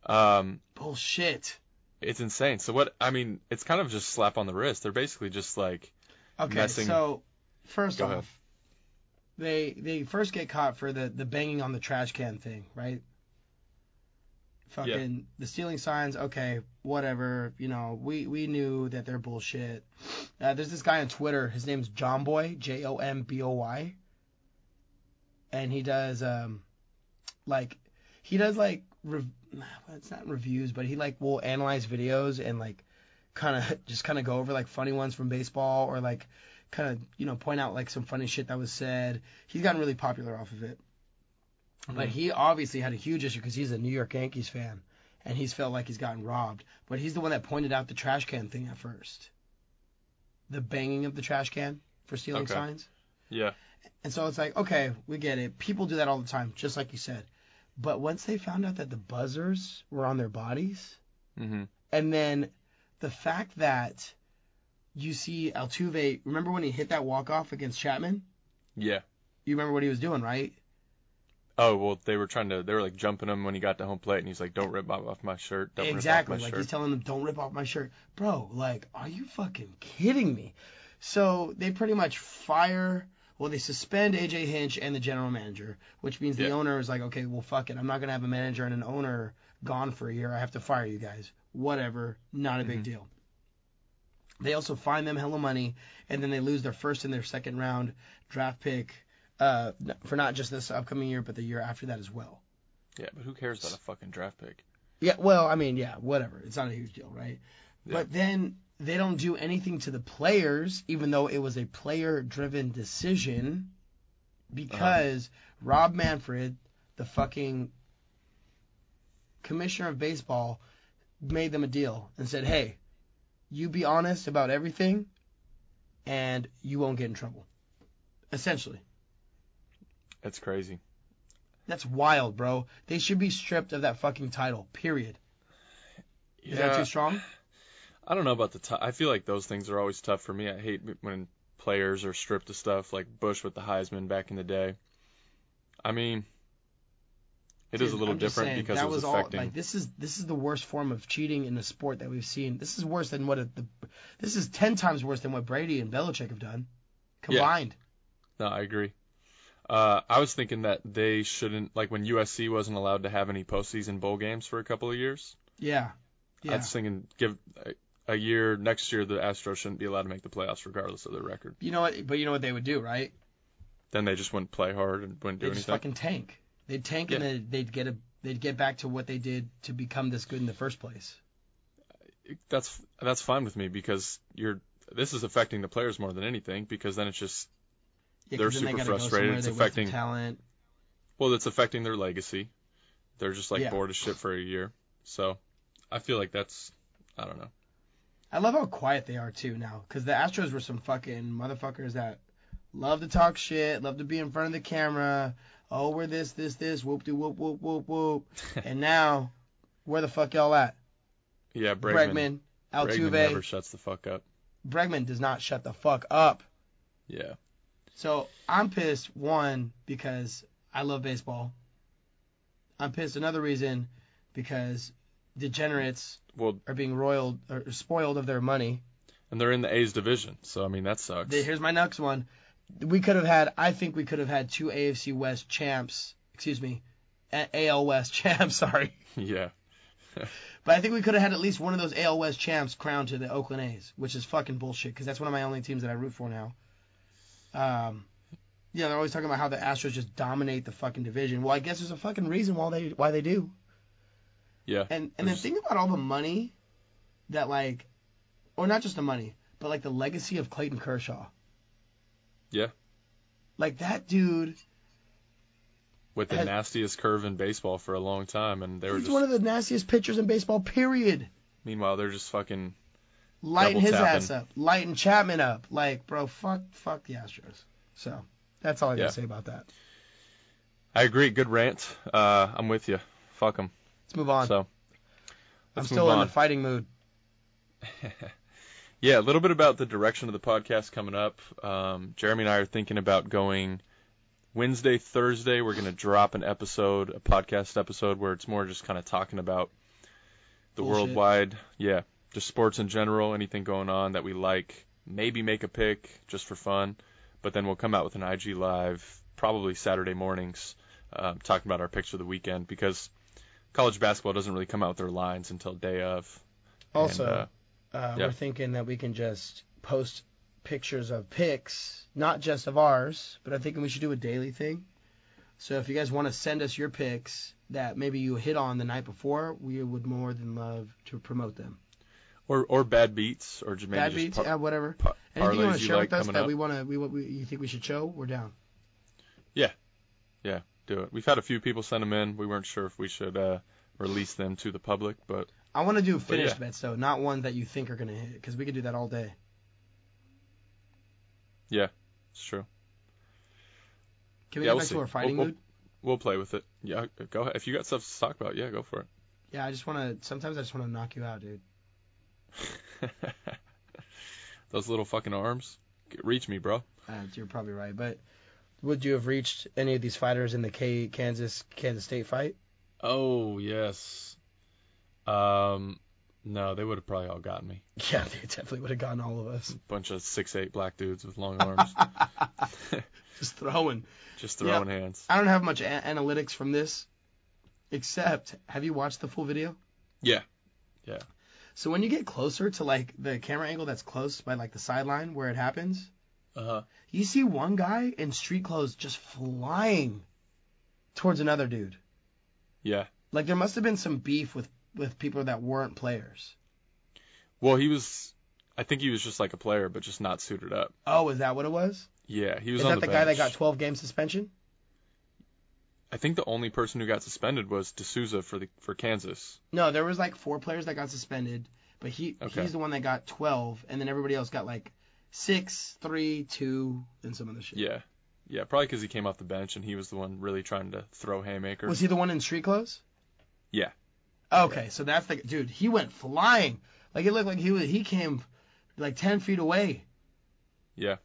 [SPEAKER 2] Um,
[SPEAKER 3] Bullshit.
[SPEAKER 2] it's insane. So what? I mean, it's kind of just slap on the wrist. They're basically just like,
[SPEAKER 3] Okay,
[SPEAKER 2] messing-
[SPEAKER 3] so first
[SPEAKER 2] Go
[SPEAKER 3] off,
[SPEAKER 2] ahead.
[SPEAKER 3] they they first get caught for the the banging on the trash can thing, right? Fucking the stealing signs. Okay, whatever. You know, we we knew that they're bullshit. Uh, there's this guy on Twitter. His name's John Boy, J O M B O Y, and he does um, like he does like rev- well, it's not reviews, but he like will analyze videos and like kind of just kind of go over like funny ones from baseball or like kind of you know point out like some funny shit that was said. He's gotten really popular off of it,
[SPEAKER 2] Mm-hmm.
[SPEAKER 3] but he obviously had a huge issue because he's a New York Yankees fan and he's felt like he's gotten robbed. But he's the one that pointed out the trash can thing at first, the banging of the trash can for stealing
[SPEAKER 2] Okay.
[SPEAKER 3] signs.
[SPEAKER 2] yeah,
[SPEAKER 3] And so it's like, okay, we get it. People do that all the time, just like you said. But once they found out that the buzzers were on their bodies, Mm-hmm.
[SPEAKER 2] hmm
[SPEAKER 3] and then the fact that you see Altuve, remember when he hit that walk off against Chapman?
[SPEAKER 2] yeah.
[SPEAKER 3] You remember what he was doing, right?
[SPEAKER 2] Oh well, they were trying to. They were like jumping him when he got to home plate, and he's like, "Don't rip off my shirt. Don't
[SPEAKER 3] exactly.
[SPEAKER 2] rip off my
[SPEAKER 3] like
[SPEAKER 2] shirt."
[SPEAKER 3] he's telling them, "Don't rip off my shirt, bro." Like, are you fucking kidding me? So they pretty much fire. Well, they suspend AJ Hinch and the general manager, which means the
[SPEAKER 2] Yeah.
[SPEAKER 3] owner is like, "Okay, well, fuck it. I'm not gonna have a manager and an owner gone for a year. I have to fire you guys. Whatever. Not a big
[SPEAKER 2] Mhm.
[SPEAKER 3] deal." They also fine them hella money, and then they lose their first and their second round draft pick uh, n- for not just this upcoming year, but the year after that as well.
[SPEAKER 2] yeah, but who cares about a fucking draft pick?
[SPEAKER 3] Yeah, well, I mean, yeah, whatever. It's not a huge deal, right?
[SPEAKER 2] Yeah.
[SPEAKER 3] But then they don't do anything to the players, even though it was a player driven decision, because Rob Manfred, the fucking commissioner of baseball, made them a deal and said, hey, you be honest about everything and you won't get in trouble. Essentially.
[SPEAKER 2] It's crazy.
[SPEAKER 3] That's wild, bro. They should be stripped of that fucking title, period. Is that too strong?
[SPEAKER 2] I don't know about the. T- I feel like those things are always tough for me. I hate when players are stripped of stuff, like Bush with the Heisman back in the day. I mean, it is
[SPEAKER 3] Dude,
[SPEAKER 2] a little
[SPEAKER 3] I'm just
[SPEAKER 2] different
[SPEAKER 3] saying,
[SPEAKER 2] because
[SPEAKER 3] that
[SPEAKER 2] it was,
[SPEAKER 3] all-
[SPEAKER 2] affecting.
[SPEAKER 3] like, this is this is the worst form of cheating in a sport that we've seen. This is worse than what it- the this is ten times worse than what Brady and Belichick have done combined.
[SPEAKER 2] No, I agree. Uh, I was thinking that they shouldn't, like when USC wasn't allowed to have any postseason bowl games for a couple of years.
[SPEAKER 3] Yeah, yeah.
[SPEAKER 2] I was thinking, give a, a year next year, the Astros shouldn't be allowed to make the playoffs regardless of their record.
[SPEAKER 3] you know what? But you know what they would do, right?
[SPEAKER 2] Then they just wouldn't play hard and wouldn't do
[SPEAKER 3] They
[SPEAKER 2] anything.
[SPEAKER 3] would just fucking tank. They'd tank and
[SPEAKER 2] Yeah.
[SPEAKER 3] they'd, they'd get a they'd get back to what they did to become this good in the first place.
[SPEAKER 2] that's that's fine with me because you're this is affecting the players more than anything because then it's just
[SPEAKER 3] Yeah, 'cause
[SPEAKER 2] They're
[SPEAKER 3] then they
[SPEAKER 2] super
[SPEAKER 3] gotta go
[SPEAKER 2] frustrated.
[SPEAKER 3] somewhere,
[SPEAKER 2] It's
[SPEAKER 3] they waste their
[SPEAKER 2] affecting-
[SPEAKER 3] talent.
[SPEAKER 2] well it's affecting their legacy. They're just like
[SPEAKER 3] Yeah.
[SPEAKER 2] bored as shit for a year. So I feel like that's I don't know.
[SPEAKER 3] I love how quiet they are too now, because the Astros were some fucking motherfuckers that love to talk shit, love to be in front of the camera. Oh, we're this, this, this, whoop de whoop whoop whoop whoop. and now, where the fuck y'all at?
[SPEAKER 2] Yeah, Bregman.
[SPEAKER 3] Bregman,
[SPEAKER 2] Bregman never
[SPEAKER 3] Altuve.
[SPEAKER 2] shuts the fuck up.
[SPEAKER 3] Bregman does not shut the fuck up.
[SPEAKER 2] Yeah.
[SPEAKER 3] So I'm pissed one because I love baseball. I'm pissed another reason because degenerates
[SPEAKER 2] Well,
[SPEAKER 3] are being roiled or spoiled of their money.
[SPEAKER 2] and they're in the A's division, so I mean that sucks.
[SPEAKER 3] Th- Here's my next one. we could have had. I think we could have had two AFC West champs. Excuse me, A- AL West champs. Sorry,
[SPEAKER 2] Yeah.
[SPEAKER 3] but I think we could have had at least one of those AL West champs crowned to the Oakland A's, which is fucking bullshit because that's one of my only teams that I root for now. Um, yeah, they're always talking about how the Astros just dominate the fucking division. Well, I guess there's a fucking reason why they why they do.
[SPEAKER 2] Yeah.
[SPEAKER 3] And and then
[SPEAKER 2] There's-
[SPEAKER 3] think about all the money that like, or not just the money, but like the legacy of Clayton Kershaw.
[SPEAKER 2] Yeah.
[SPEAKER 3] Like that dude
[SPEAKER 2] With the
[SPEAKER 3] has-
[SPEAKER 2] nastiest curve in baseball for a long time, and they were
[SPEAKER 3] He's
[SPEAKER 2] just
[SPEAKER 3] one of the nastiest pitchers in baseball, period.
[SPEAKER 2] meanwhile they're just fucking
[SPEAKER 3] Lighten
[SPEAKER 2] Double
[SPEAKER 3] his
[SPEAKER 2] tapping.
[SPEAKER 3] ass up. Lighten Chapman up. Like, bro, fuck fuck the Astros. So that's all I gotta
[SPEAKER 2] Yeah.
[SPEAKER 3] say about that.
[SPEAKER 2] I agree. Good rant. Uh, I'm with you. Fuck them.
[SPEAKER 3] Let's move on.
[SPEAKER 2] So
[SPEAKER 3] I'm
[SPEAKER 2] let's
[SPEAKER 3] still
[SPEAKER 2] move
[SPEAKER 3] in
[SPEAKER 2] on.
[SPEAKER 3] the fighting mood.
[SPEAKER 2] Yeah, a little bit about the direction of the podcast coming up. Um, Jeremy and I are thinking about going Wednesday, Thursday. We're going to drop an episode, a podcast episode, where it's more just kind of talking about the
[SPEAKER 3] Bullshit.
[SPEAKER 2] worldwide, yeah, just sports in general, anything going on that we like. Maybe make a pick just for fun, but then we'll come out with an IG live probably Saturday mornings, um, talking about our picks for the weekend because college basketball doesn't really come out with their lines until day of. And,
[SPEAKER 3] Also,
[SPEAKER 2] uh,
[SPEAKER 3] uh,
[SPEAKER 2] yeah.
[SPEAKER 3] we're thinking that we can just post pictures of pics, not just of ours, but I'm thinking we should do a daily thing. So if you guys want to send us your pics that maybe you hit on the night before, we would more than love to promote them.
[SPEAKER 2] or or bad beats or maybe
[SPEAKER 3] Bad
[SPEAKER 2] just
[SPEAKER 3] beats,
[SPEAKER 2] par-
[SPEAKER 3] yeah, uh, whatever.
[SPEAKER 2] par-
[SPEAKER 3] Anything
[SPEAKER 2] parlays
[SPEAKER 3] you want to
[SPEAKER 2] you
[SPEAKER 3] share
[SPEAKER 2] like
[SPEAKER 3] with us
[SPEAKER 2] coming
[SPEAKER 3] that
[SPEAKER 2] up?
[SPEAKER 3] we want to, we, what we you think we should show, we're down.
[SPEAKER 2] do it. We've had a few people send them in. We weren't sure if we should uh, release them to the public, but
[SPEAKER 3] I want to do
[SPEAKER 2] yeah.
[SPEAKER 3] finished bets though, not ones that you think are gonna hit, because we could do that all day.
[SPEAKER 2] it's true.
[SPEAKER 3] Can we
[SPEAKER 2] Yeah,
[SPEAKER 3] get
[SPEAKER 2] we'll
[SPEAKER 3] back
[SPEAKER 2] see.
[SPEAKER 3] to our fighting
[SPEAKER 2] We'll-
[SPEAKER 3] mood?
[SPEAKER 2] We'll play with it. Yeah, go ahead. If you got stuff to talk about, yeah, go for
[SPEAKER 3] Yeah, I just want to. Sometimes I just want to knock you out, dude.
[SPEAKER 2] it. Those little fucking arms, Get- reach me, bro.
[SPEAKER 3] Uh, you're probably right, but would you have reached any of these fighters in the K- Kansas Kansas State fight?
[SPEAKER 2] Oh yes. Um, no, they would have probably all gotten me.
[SPEAKER 3] Yeah, they definitely would have gotten all of us.
[SPEAKER 2] Bunch of six eight black dudes with long arms,
[SPEAKER 3] Just throwing.
[SPEAKER 2] just throwing hands.
[SPEAKER 3] I don't have much a- analytics from this, except have you watched the full video?
[SPEAKER 2] Yeah. Yeah.
[SPEAKER 3] So when you get closer to like the camera angle that's close by like the sideline where it happens,
[SPEAKER 2] Uh huh.
[SPEAKER 3] you see one guy in street clothes just flying towards another dude.
[SPEAKER 2] Yeah.
[SPEAKER 3] Like there must have been some beef with with people that weren't players.
[SPEAKER 2] Well, he was. I think he was just like a player, but just not suited up.
[SPEAKER 3] Oh, is that what it was?
[SPEAKER 2] Yeah, he was
[SPEAKER 3] Is
[SPEAKER 2] on
[SPEAKER 3] that the,
[SPEAKER 2] the,
[SPEAKER 3] guy
[SPEAKER 2] bench.
[SPEAKER 3] that got 12 game suspension?
[SPEAKER 2] I think the only person who got suspended was D'Souza for the for Kansas.
[SPEAKER 3] No, there was like four players that got suspended, but he
[SPEAKER 2] Okay.
[SPEAKER 3] he's the one that got 12, and then everybody else got like six, three, two, and some other shit.
[SPEAKER 2] Yeah, yeah, probably because he came off the bench and he was the one really trying to throw haymaker.
[SPEAKER 3] Was he the one in street clothes?
[SPEAKER 2] Yeah.
[SPEAKER 3] Okay, so that's the dude. He went flying. Like it looked like he was, he came like 10 feet away.
[SPEAKER 2] Yeah.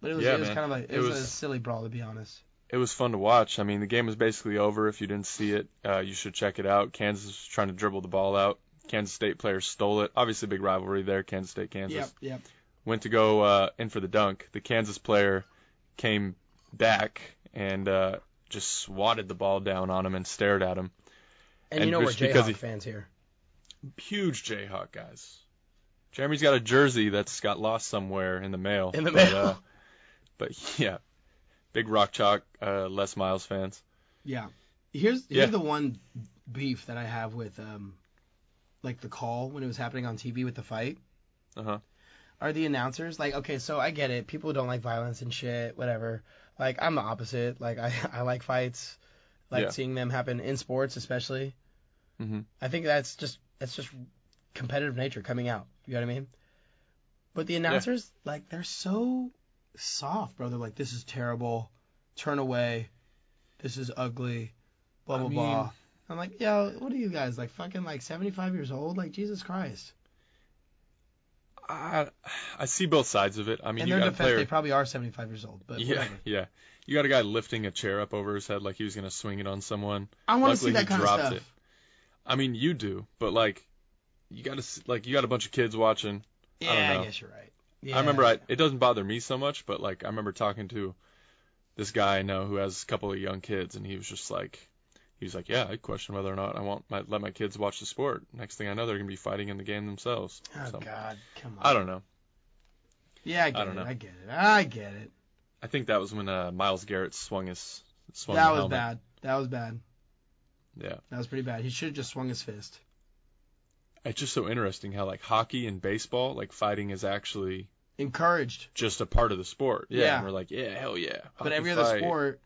[SPEAKER 3] But it was,
[SPEAKER 2] Yeah,
[SPEAKER 3] it was
[SPEAKER 2] man.
[SPEAKER 3] kind of like it,
[SPEAKER 2] It
[SPEAKER 3] was, a
[SPEAKER 2] was-
[SPEAKER 3] silly brawl to be honest.
[SPEAKER 2] It was fun to watch. I mean, the game was basically over. If you didn't see it, uh, you should check it out. Kansas was trying to dribble the ball out. Kansas State players stole it. Obviously, big rivalry there. Kansas State, Kansas.
[SPEAKER 3] Yep, yep.
[SPEAKER 2] went to go uh, in for the dunk. The Kansas player came back and uh, just swatted the ball down on him and stared at him.
[SPEAKER 3] And,
[SPEAKER 2] And
[SPEAKER 3] you know we're
[SPEAKER 2] just because
[SPEAKER 3] Jayhawk
[SPEAKER 2] he-
[SPEAKER 3] fans here.
[SPEAKER 2] Huge Jayhawk guys. Jeremy's got a jersey that's got lost somewhere in the mail.
[SPEAKER 3] In the
[SPEAKER 2] but,
[SPEAKER 3] mail.
[SPEAKER 2] uh, but yeah, big Rock Chalk, uh, Les Miles fans.
[SPEAKER 3] Yeah. Here's here's
[SPEAKER 2] Yeah.
[SPEAKER 3] the one beef that I have with um like the call when it was happening on TV with the fight.
[SPEAKER 2] Uh huh.
[SPEAKER 3] Are the announcers like okay, so I get it. People don't like violence and shit, whatever. Like I'm the opposite. Like I I like fights. Like
[SPEAKER 2] Yeah.
[SPEAKER 3] seeing them happen in sports especially.
[SPEAKER 2] hmm
[SPEAKER 3] I think that's just that's just competitive nature coming out. You know what I mean? But the announcers, like, they're so soft, bro. They're like, this is terrible. Turn away. This is ugly. Blah
[SPEAKER 2] I
[SPEAKER 3] blah
[SPEAKER 2] mean-
[SPEAKER 3] blah. I'm like, yo, what are you guys like? Fucking like 75 years old? Like Jesus Christ.
[SPEAKER 2] I I see both sides of it. I mean,
[SPEAKER 3] In
[SPEAKER 2] you
[SPEAKER 3] their
[SPEAKER 2] got a
[SPEAKER 3] defense,
[SPEAKER 2] player.
[SPEAKER 3] they probably are 75 years old. But
[SPEAKER 2] yeah,
[SPEAKER 3] whatever.
[SPEAKER 2] yeah. You got a guy lifting a chair up over his head like he was gonna swing it on someone.
[SPEAKER 3] I
[SPEAKER 2] Luckily,
[SPEAKER 3] want to see
[SPEAKER 2] he
[SPEAKER 3] that kind of
[SPEAKER 2] dropped
[SPEAKER 3] stuff.
[SPEAKER 2] it. I mean, you do, but like, you got to like you got a bunch of kids watching.
[SPEAKER 3] Yeah,
[SPEAKER 2] I don't
[SPEAKER 3] I,
[SPEAKER 2] know.
[SPEAKER 3] guess you're right. Yeah.
[SPEAKER 2] I remember I, it doesn't bother me so much, but like I remember talking to this guy I know who has a couple of young kids, and he was just like, he was like, yeah, I question whether or not I want my let my kids watch the sport. Next thing I know, they're gonna be fighting in the game themselves.
[SPEAKER 3] Oh
[SPEAKER 2] So,
[SPEAKER 3] God, come on.
[SPEAKER 2] I don't know.
[SPEAKER 3] Yeah, I get
[SPEAKER 2] don't
[SPEAKER 3] it.
[SPEAKER 2] know.
[SPEAKER 3] I get it. I get it.
[SPEAKER 2] I think that was when uh, Miles Garrett swung his swung
[SPEAKER 3] that
[SPEAKER 2] the
[SPEAKER 3] was
[SPEAKER 2] helmet.
[SPEAKER 3] bad. That was bad.
[SPEAKER 2] Yeah.
[SPEAKER 3] That was pretty bad. He should have just swung his fist.
[SPEAKER 2] It's just so interesting how like hockey and baseball, like fighting is actually
[SPEAKER 3] Encouraged,
[SPEAKER 2] just a part of the sport. Yeah.
[SPEAKER 3] Yeah.
[SPEAKER 2] And we're like, yeah, hell yeah.
[SPEAKER 3] but
[SPEAKER 2] hockey
[SPEAKER 3] every other
[SPEAKER 2] fight.
[SPEAKER 3] sport.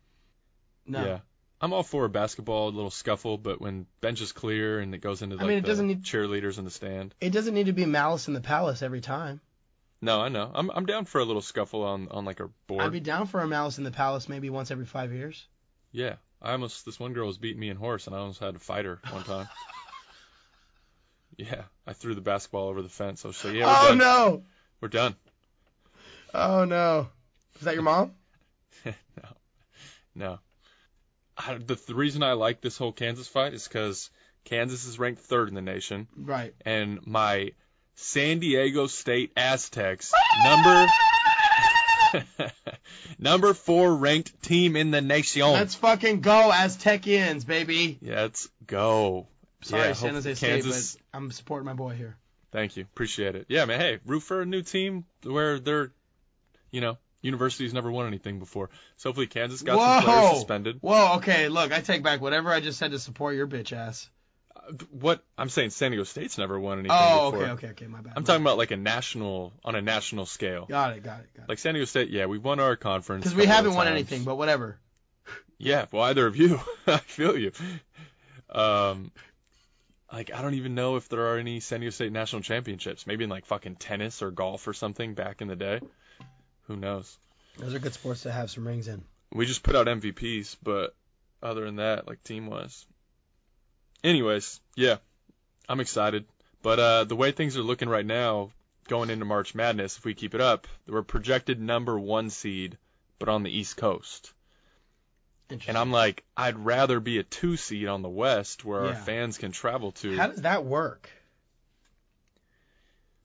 [SPEAKER 3] No.
[SPEAKER 2] Yeah. I'm all for a basketball, a little scuffle, but when bench is clear and it goes into
[SPEAKER 3] I
[SPEAKER 2] like
[SPEAKER 3] mean, it
[SPEAKER 2] the
[SPEAKER 3] doesn't need-
[SPEAKER 2] cheerleaders in the stand.
[SPEAKER 3] It doesn't need to be malice in the palace every time.
[SPEAKER 2] No, I know. I'm I'm down for a little scuffle on on like a board.
[SPEAKER 3] I'd be down for a malice in the palace maybe once every five years.
[SPEAKER 2] Yeah. I almost this one girl was beating me in horse and I almost had to fight her one time. yeah. I threw the basketball over the fence. I was like, yeah, we're
[SPEAKER 3] oh
[SPEAKER 2] done.
[SPEAKER 3] no!
[SPEAKER 2] We're done.
[SPEAKER 3] Oh no! Is that your mom?
[SPEAKER 2] no, no. I, the, the reason I like this whole Kansas fight is because Kansas is ranked third in the nation,
[SPEAKER 3] Right.
[SPEAKER 2] and my San Diego State Aztecs, number number four ranked team in the nation.
[SPEAKER 3] Let's fucking go, Aztecians, baby.
[SPEAKER 2] yeah, let's go.
[SPEAKER 3] Sorry,
[SPEAKER 2] Yeah,
[SPEAKER 3] San Jose
[SPEAKER 2] hopefully
[SPEAKER 3] State,
[SPEAKER 2] Kansas-
[SPEAKER 3] but I'm supporting my boy here.
[SPEAKER 2] Thank you, appreciate it. Yeah, man. Hey, root for a new team where they're, you know, university's never won anything before. So hopefully Kansas got some players suspended.
[SPEAKER 3] Whoa, okay, look, I take back whatever I just said to support your bitch ass.
[SPEAKER 2] What I'm saying, San Diego State's never won anything
[SPEAKER 3] Oh,
[SPEAKER 2] before.
[SPEAKER 3] okay, okay, okay, my bad.
[SPEAKER 2] I'm talking about like a national on a national scale.
[SPEAKER 3] Got it, got it, got it.
[SPEAKER 2] Like San Diego State, yeah, we've won our conference.
[SPEAKER 3] Because we
[SPEAKER 2] a couple
[SPEAKER 3] haven't
[SPEAKER 2] of
[SPEAKER 3] won
[SPEAKER 2] times.
[SPEAKER 3] anything, but whatever.
[SPEAKER 2] yeah, well, either of you, I feel you. Um, like I don't even know if there are any San Diego State national championships. Maybe in like fucking tennis or golf or something back in the day. Who knows?
[SPEAKER 3] Those are good sports to have some rings in.
[SPEAKER 2] We just put out MVPs, but other than that, like team wise. Anyways, yeah, I'm excited. But uh, the way things are looking right now, going into March Madness, if we keep it up, we're projected number one seed, but on the East Coast. And
[SPEAKER 3] Interesting.
[SPEAKER 2] I'm like, I'd rather be a two seed on the West where our
[SPEAKER 3] Yeah.
[SPEAKER 2] fans can travel to.
[SPEAKER 3] How does that work?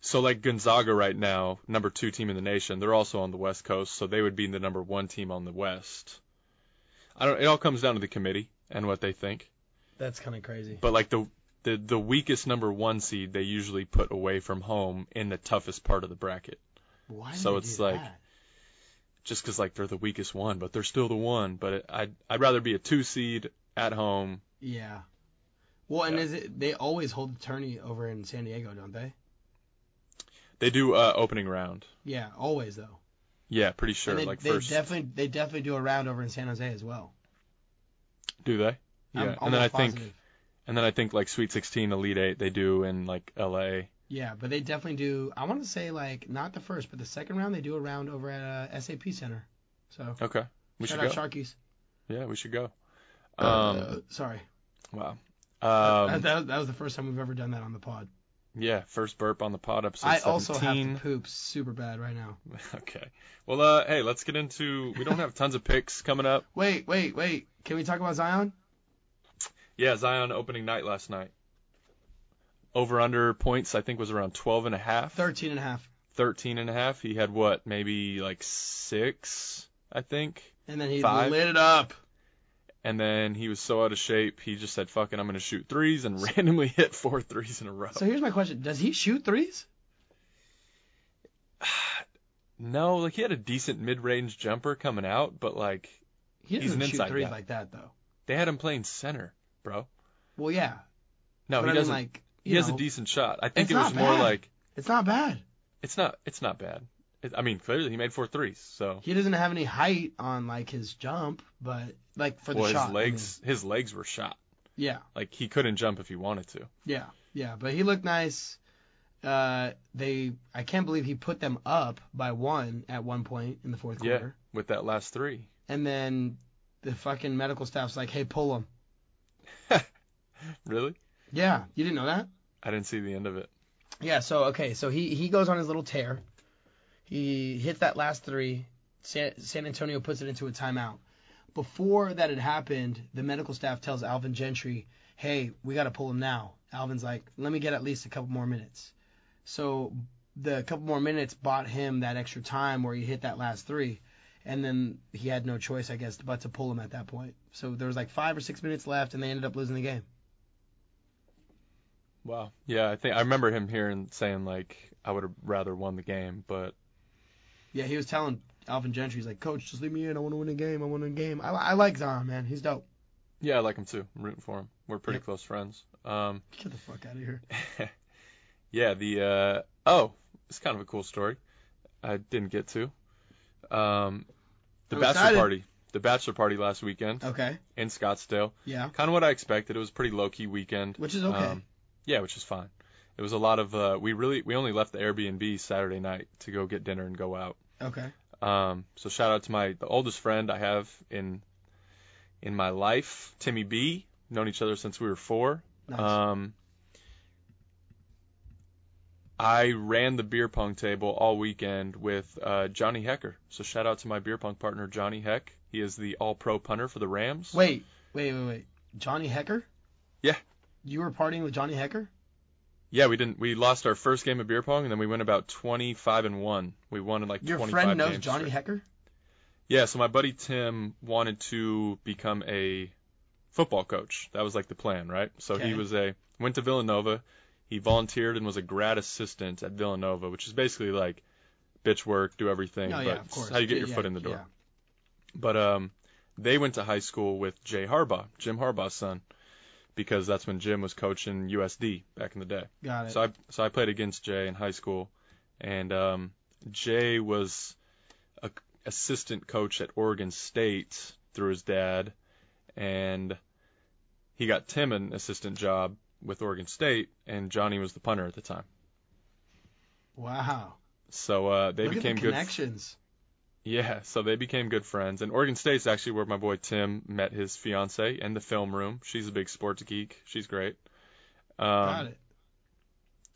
[SPEAKER 2] so, like Gonzaga right now, number two team in the nation, they're also on the West Coast, so they would be the number one team on the West. I don't. It all comes down to the committee and what they think.
[SPEAKER 3] That's kind of crazy.
[SPEAKER 2] But like the the the weakest number one seed they usually put away from home in the toughest part of the bracket.
[SPEAKER 3] Why do
[SPEAKER 2] so
[SPEAKER 3] they
[SPEAKER 2] it's
[SPEAKER 3] do
[SPEAKER 2] like-
[SPEAKER 3] that?
[SPEAKER 2] Just 'cause like they're the weakest one, but they're still the one. But it, I'd I'd rather be a two seed at home.
[SPEAKER 3] Yeah. Well, and
[SPEAKER 2] Yeah.
[SPEAKER 3] is it they always hold the tourney over in San Diego, don't they?
[SPEAKER 2] They do uh, opening round.
[SPEAKER 3] Yeah, always though.
[SPEAKER 2] Yeah, pretty sure.
[SPEAKER 3] and they,
[SPEAKER 2] like
[SPEAKER 3] they
[SPEAKER 2] first,
[SPEAKER 3] definitely they definitely do a round over in San Jose as well.
[SPEAKER 2] do they?
[SPEAKER 3] I'm
[SPEAKER 2] Yeah, and then I
[SPEAKER 3] almost
[SPEAKER 2] think
[SPEAKER 3] positive.
[SPEAKER 2] and then I think like Sweet 16, Elite Eight, they do in like L.A.
[SPEAKER 3] Yeah, but they definitely do. I want to say like not the first, but the second round they do a round over at uh, SAP Center. So
[SPEAKER 2] Okay, we
[SPEAKER 3] shout
[SPEAKER 2] should
[SPEAKER 3] out
[SPEAKER 2] go.
[SPEAKER 3] Sharkies.
[SPEAKER 2] Yeah, we should go. Um,
[SPEAKER 3] Uh, sorry,
[SPEAKER 2] wow.
[SPEAKER 3] that,
[SPEAKER 2] Um,
[SPEAKER 3] uh, that, was- that was the first time we've ever done that on the pod.
[SPEAKER 2] yeah, first burp on the pod episode.
[SPEAKER 3] I also
[SPEAKER 2] 17.
[SPEAKER 3] have to poop super bad right now.
[SPEAKER 2] Okay. Well, uh, hey, let's get into. We don't have tons of picks coming up.
[SPEAKER 3] Wait, wait, wait. Can we talk about Zion?
[SPEAKER 2] Yeah, Zion opening night last night. Over under points, I think was around 12 and a half,
[SPEAKER 3] 13 and a half.
[SPEAKER 2] 13 and a half. He had what, maybe like six, I think.
[SPEAKER 3] And then he
[SPEAKER 2] Five.
[SPEAKER 3] lit it up.
[SPEAKER 2] And then he was so out of shape, he just said, "Fucking, I'm gonna shoot threes and randomly hit four threes in a row.
[SPEAKER 3] So here's my question. Does he shoot threes?
[SPEAKER 2] no, like he had a decent mid-range jumper coming out, but like
[SPEAKER 3] He
[SPEAKER 2] He's
[SPEAKER 3] doesn't
[SPEAKER 2] an
[SPEAKER 3] shoot
[SPEAKER 2] inside
[SPEAKER 3] threes
[SPEAKER 2] guy.
[SPEAKER 3] like that though.
[SPEAKER 2] they had him playing center, bro.
[SPEAKER 3] Well, yeah.
[SPEAKER 2] No, he
[SPEAKER 3] but I mean,
[SPEAKER 2] doesn't.
[SPEAKER 3] like,
[SPEAKER 2] he
[SPEAKER 3] you
[SPEAKER 2] has
[SPEAKER 3] know,
[SPEAKER 2] a decent shot. I think
[SPEAKER 3] It's
[SPEAKER 2] it was
[SPEAKER 3] not
[SPEAKER 2] more
[SPEAKER 3] bad.
[SPEAKER 2] like
[SPEAKER 3] It's not bad.
[SPEAKER 2] It's not. It's not bad. It, I mean, clearly he made four threes. So
[SPEAKER 3] He doesn't have any height on like his jump, but like for the
[SPEAKER 2] well,
[SPEAKER 3] shot. I
[SPEAKER 2] his
[SPEAKER 3] mean.
[SPEAKER 2] legs, his legs were shot.
[SPEAKER 3] yeah,
[SPEAKER 2] Like he couldn't jump if he wanted to.
[SPEAKER 3] yeah, yeah. But he looked nice. Uh, they, I can't believe he put them up by one at one point in the fourth
[SPEAKER 2] Yeah.
[SPEAKER 3] quarter,
[SPEAKER 2] With that last three,
[SPEAKER 3] and then the fucking medical staff's like, "Hey, pull him."
[SPEAKER 2] really,
[SPEAKER 3] Yeah, you didn't know that?
[SPEAKER 2] I didn't see the end of it.
[SPEAKER 3] Yeah, so okay, so he he goes on his little tear. He hits that last three. San, San Antonio puts it into a timeout. Before that had happened, the medical staff tells Alvin Gentry, "Hey, we got to pull him now." Alvin's like, "Let me get at least a couple more minutes." So the couple more minutes bought him that extra time where he hit that last three, and then he had no choice, I guess, but to pull him at that point. So there was like five or six minutes left, and they ended up losing the game.
[SPEAKER 2] Wow. Yeah, I think I remember him hearing saying like I would have rather won the game, but
[SPEAKER 3] Yeah, he was telling Alvin Gentry, he's like, Coach, just leave me in. I want to win a game. I want to win a game. I, I like Zion, man. He's dope.
[SPEAKER 2] yeah, I like him too. I'm rooting for him. We're pretty
[SPEAKER 3] Yep.
[SPEAKER 2] close friends. Um,
[SPEAKER 3] Get the fuck out of here.
[SPEAKER 2] yeah, the uh, oh, it's kind of a cool story. I didn't get to um, the
[SPEAKER 3] I'm
[SPEAKER 2] bachelor
[SPEAKER 3] excited.
[SPEAKER 2] party. The bachelor party last weekend
[SPEAKER 3] Okay.
[SPEAKER 2] in Scottsdale.
[SPEAKER 3] Yeah.
[SPEAKER 2] Kind of what I expected. It was a pretty low key weekend.
[SPEAKER 3] Which is okay.
[SPEAKER 2] Um, yeah, which is fine. It was a lot of uh, we really we only left the Airbnb Saturday night to go get dinner and go out.
[SPEAKER 3] okay.
[SPEAKER 2] Um, so shout out to my the oldest friend I have in in my life, Timmy B. Known each other since we were four.
[SPEAKER 3] Nice.
[SPEAKER 2] Um, I ran the beer pong table all weekend with uh, Johnny Hecker. So shout out to my beer pong partner Johnny Heck. He is the All Pro punter for the Rams.
[SPEAKER 3] wait, wait, wait, wait. Johnny Hecker?
[SPEAKER 2] Yeah.
[SPEAKER 3] You were partying with Johnny Hecker?
[SPEAKER 2] Yeah, we didn't. We lost our first game of beer pong, and then we went about 25 and one. We won in like
[SPEAKER 3] Your
[SPEAKER 2] 25
[SPEAKER 3] friend knows
[SPEAKER 2] games
[SPEAKER 3] Johnny
[SPEAKER 2] straight.
[SPEAKER 3] Hecker?
[SPEAKER 2] Yeah, so my buddy Tim wanted to become a football coach. That was like the plan, right? So
[SPEAKER 3] Okay.
[SPEAKER 2] he was a went to Villanova. He volunteered and was a grad assistant at Villanova, which is basically like bitch work, do everything,
[SPEAKER 3] No,
[SPEAKER 2] but
[SPEAKER 3] Oh, yeah, of
[SPEAKER 2] it's
[SPEAKER 3] course.
[SPEAKER 2] how you get
[SPEAKER 3] Yeah,
[SPEAKER 2] your
[SPEAKER 3] yeah,
[SPEAKER 2] foot in the door.
[SPEAKER 3] yeah.
[SPEAKER 2] But um, they went to high school with Jay Harbaugh, Jim Harbaugh's son, because that's when Jim was coaching USD back in the day.
[SPEAKER 3] Got it.
[SPEAKER 2] So I so I played against Jay in high school, and um, Jay was a c- assistant coach at Oregon State through his dad, and he got Tim an assistant job with Oregon State, and Johnny was the punter at the time.
[SPEAKER 3] wow.
[SPEAKER 2] So uh, they
[SPEAKER 3] Look
[SPEAKER 2] became
[SPEAKER 3] at the
[SPEAKER 2] good.
[SPEAKER 3] connections.
[SPEAKER 2] Yeah, so they became good friends. And Oregon State's actually where my boy Tim met his fiance in the film room. She's a big sports geek. She's great. Um,
[SPEAKER 3] Got it.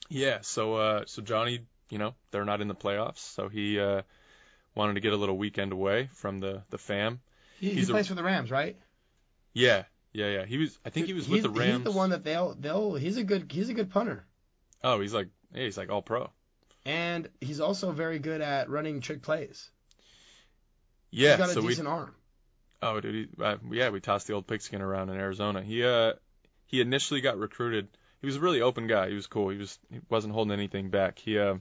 [SPEAKER 2] Yeah, so uh, so Johnny, you know, they're not in the playoffs, so he uh, wanted to get a little weekend away from the the fam.
[SPEAKER 3] He, he
[SPEAKER 2] he's a-
[SPEAKER 3] plays for the Rams, right?
[SPEAKER 2] Yeah, yeah, yeah. He was, I think he was with
[SPEAKER 3] he's,
[SPEAKER 2] the Rams.
[SPEAKER 3] He's the one that they'll they'll he's a good he's a good punter.
[SPEAKER 2] Oh, he's like, yeah, he's like all pro.
[SPEAKER 3] And he's also very good at running trick plays.
[SPEAKER 2] Yeah,
[SPEAKER 3] he's got a
[SPEAKER 2] so we,
[SPEAKER 3] decent arm.
[SPEAKER 2] oh, dude, he, uh, yeah, we tossed the old pigskin around in Arizona. He uh, he initially got recruited. He was a really open guy. He was cool. He was he wasn't holding anything back. He uh,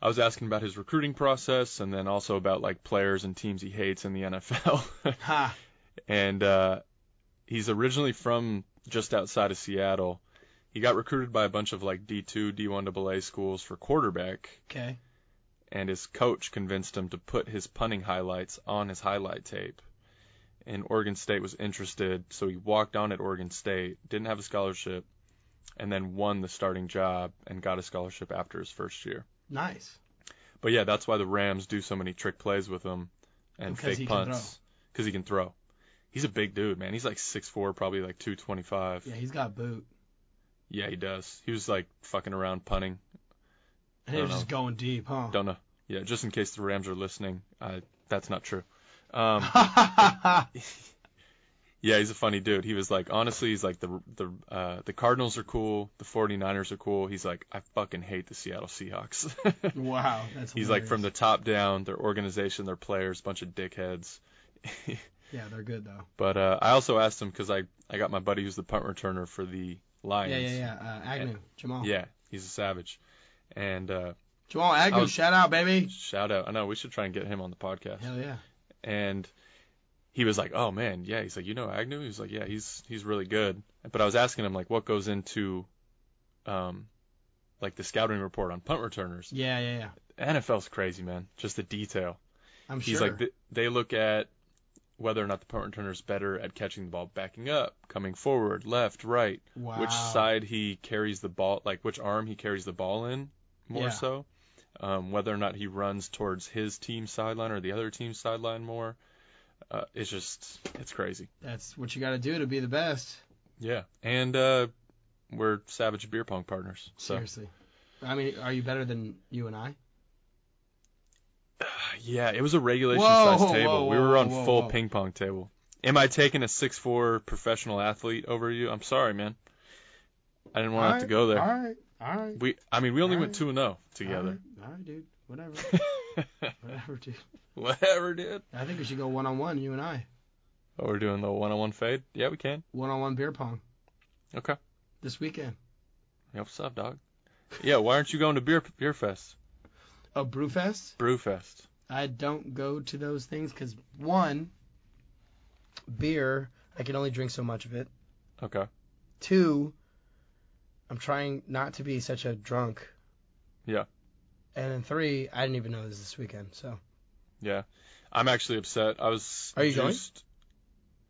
[SPEAKER 2] I was asking about his recruiting process and then also about like players and teams he hates in the NFL.
[SPEAKER 3] Ha.
[SPEAKER 2] and uh, he's originally from just outside of Seattle. He got recruited by a bunch of like D2, D1 AA schools for quarterback,
[SPEAKER 3] Okay.
[SPEAKER 2] and his coach convinced him to put his punting highlights on his highlight tape. And Oregon State was interested, so he walked on at Oregon State, didn't have a scholarship, and then won the starting job and got a scholarship after his first year.
[SPEAKER 3] Nice.
[SPEAKER 2] But yeah, that's why the Rams do so many trick plays with him and
[SPEAKER 3] Because he
[SPEAKER 2] fake
[SPEAKER 3] can
[SPEAKER 2] punts because he can throw. He's a big dude, man. He's like 6'4", probably like 225.
[SPEAKER 3] Yeah, he's got boot.
[SPEAKER 2] Yeah, he does. He was like fucking around punting.
[SPEAKER 3] And he was
[SPEAKER 2] Don't
[SPEAKER 3] just going deep, huh?
[SPEAKER 2] Don't know. Yeah, just in case the Rams are listening, uh, that's not true. Um, yeah, he's a funny dude. He was like, honestly, he's like the the uh, the Cardinals are cool, the 49ers are cool. He's like, I fucking hate the Seattle Seahawks.
[SPEAKER 3] wow, that's
[SPEAKER 2] he's like
[SPEAKER 3] hilarious.
[SPEAKER 2] from the top down, their organization, their players, bunch of dickheads.
[SPEAKER 3] Yeah, they're good though.
[SPEAKER 2] But uh, I also asked him because I, I got my buddy who's the punt returner for the Lions.
[SPEAKER 3] Yeah, yeah, yeah. Uh, Agnew, Jamal.
[SPEAKER 2] Yeah, he's a savage. And uh,
[SPEAKER 3] Jamal Agnew,
[SPEAKER 2] I was-
[SPEAKER 3] shout out, baby.
[SPEAKER 2] shout out. I know we should try and get him on the podcast.
[SPEAKER 3] Hell yeah.
[SPEAKER 2] And he was like, "Oh man, yeah." He's like, "You know Agnew?" He's like, "Yeah, he's he's really good." But I was asking him like, what goes into, um, like the scouting report on punt returners.
[SPEAKER 3] Yeah, yeah, yeah.
[SPEAKER 2] NFL's crazy, man. Just the detail.
[SPEAKER 3] I'm
[SPEAKER 2] He's
[SPEAKER 3] sure.
[SPEAKER 2] like, th- they look at whether or not the punt returner is better at catching the ball backing up, coming forward, left, right.
[SPEAKER 3] wow.
[SPEAKER 2] which side he carries the ball, like which arm he carries the ball in, more
[SPEAKER 3] Yeah.
[SPEAKER 2] so. Um, whether or not he runs towards his team sideline or the other team's sideline more, uh, it's just it's crazy.
[SPEAKER 3] That's what you got to do to be the best.
[SPEAKER 2] Yeah, and uh, we're savage beer pong partners. So
[SPEAKER 3] Seriously. I mean, are you better than you and I?
[SPEAKER 2] Uh, yeah, it was a regulation
[SPEAKER 3] Whoa,
[SPEAKER 2] size
[SPEAKER 3] whoa,
[SPEAKER 2] table.
[SPEAKER 3] whoa,
[SPEAKER 2] we were on
[SPEAKER 3] whoa,
[SPEAKER 2] full
[SPEAKER 3] whoa.
[SPEAKER 2] ping pong table. Am I taking a six four professional athlete over you? I'm sorry, man. I didn't want to have to go there.
[SPEAKER 3] All right. All right.
[SPEAKER 2] We, I mean, we only went
[SPEAKER 3] Alright.
[SPEAKER 2] two and zero together.
[SPEAKER 3] All right, all right dude. Whatever. Whatever, dude.
[SPEAKER 2] Whatever, dude.
[SPEAKER 3] I think we should go one on one, you and I.
[SPEAKER 2] Oh, we're doing the one-on-one fade. Yeah, we can.
[SPEAKER 3] One on one beer pong.
[SPEAKER 2] Okay.
[SPEAKER 3] This weekend.
[SPEAKER 2] Yeah, what's up, dog? Yeah, why aren't you going to beer beer fest,
[SPEAKER 3] Oh, Brewfest?
[SPEAKER 2] brew fest?
[SPEAKER 3] I don't go to those things because one, beer, I can only drink so much of it.
[SPEAKER 2] Okay.
[SPEAKER 3] Two, I'm trying not to be such a drunk.
[SPEAKER 2] Yeah.
[SPEAKER 3] And then three, I didn't even know this this weekend. So
[SPEAKER 2] I'm actually upset. I was.
[SPEAKER 3] Are you going?
[SPEAKER 2] juiced.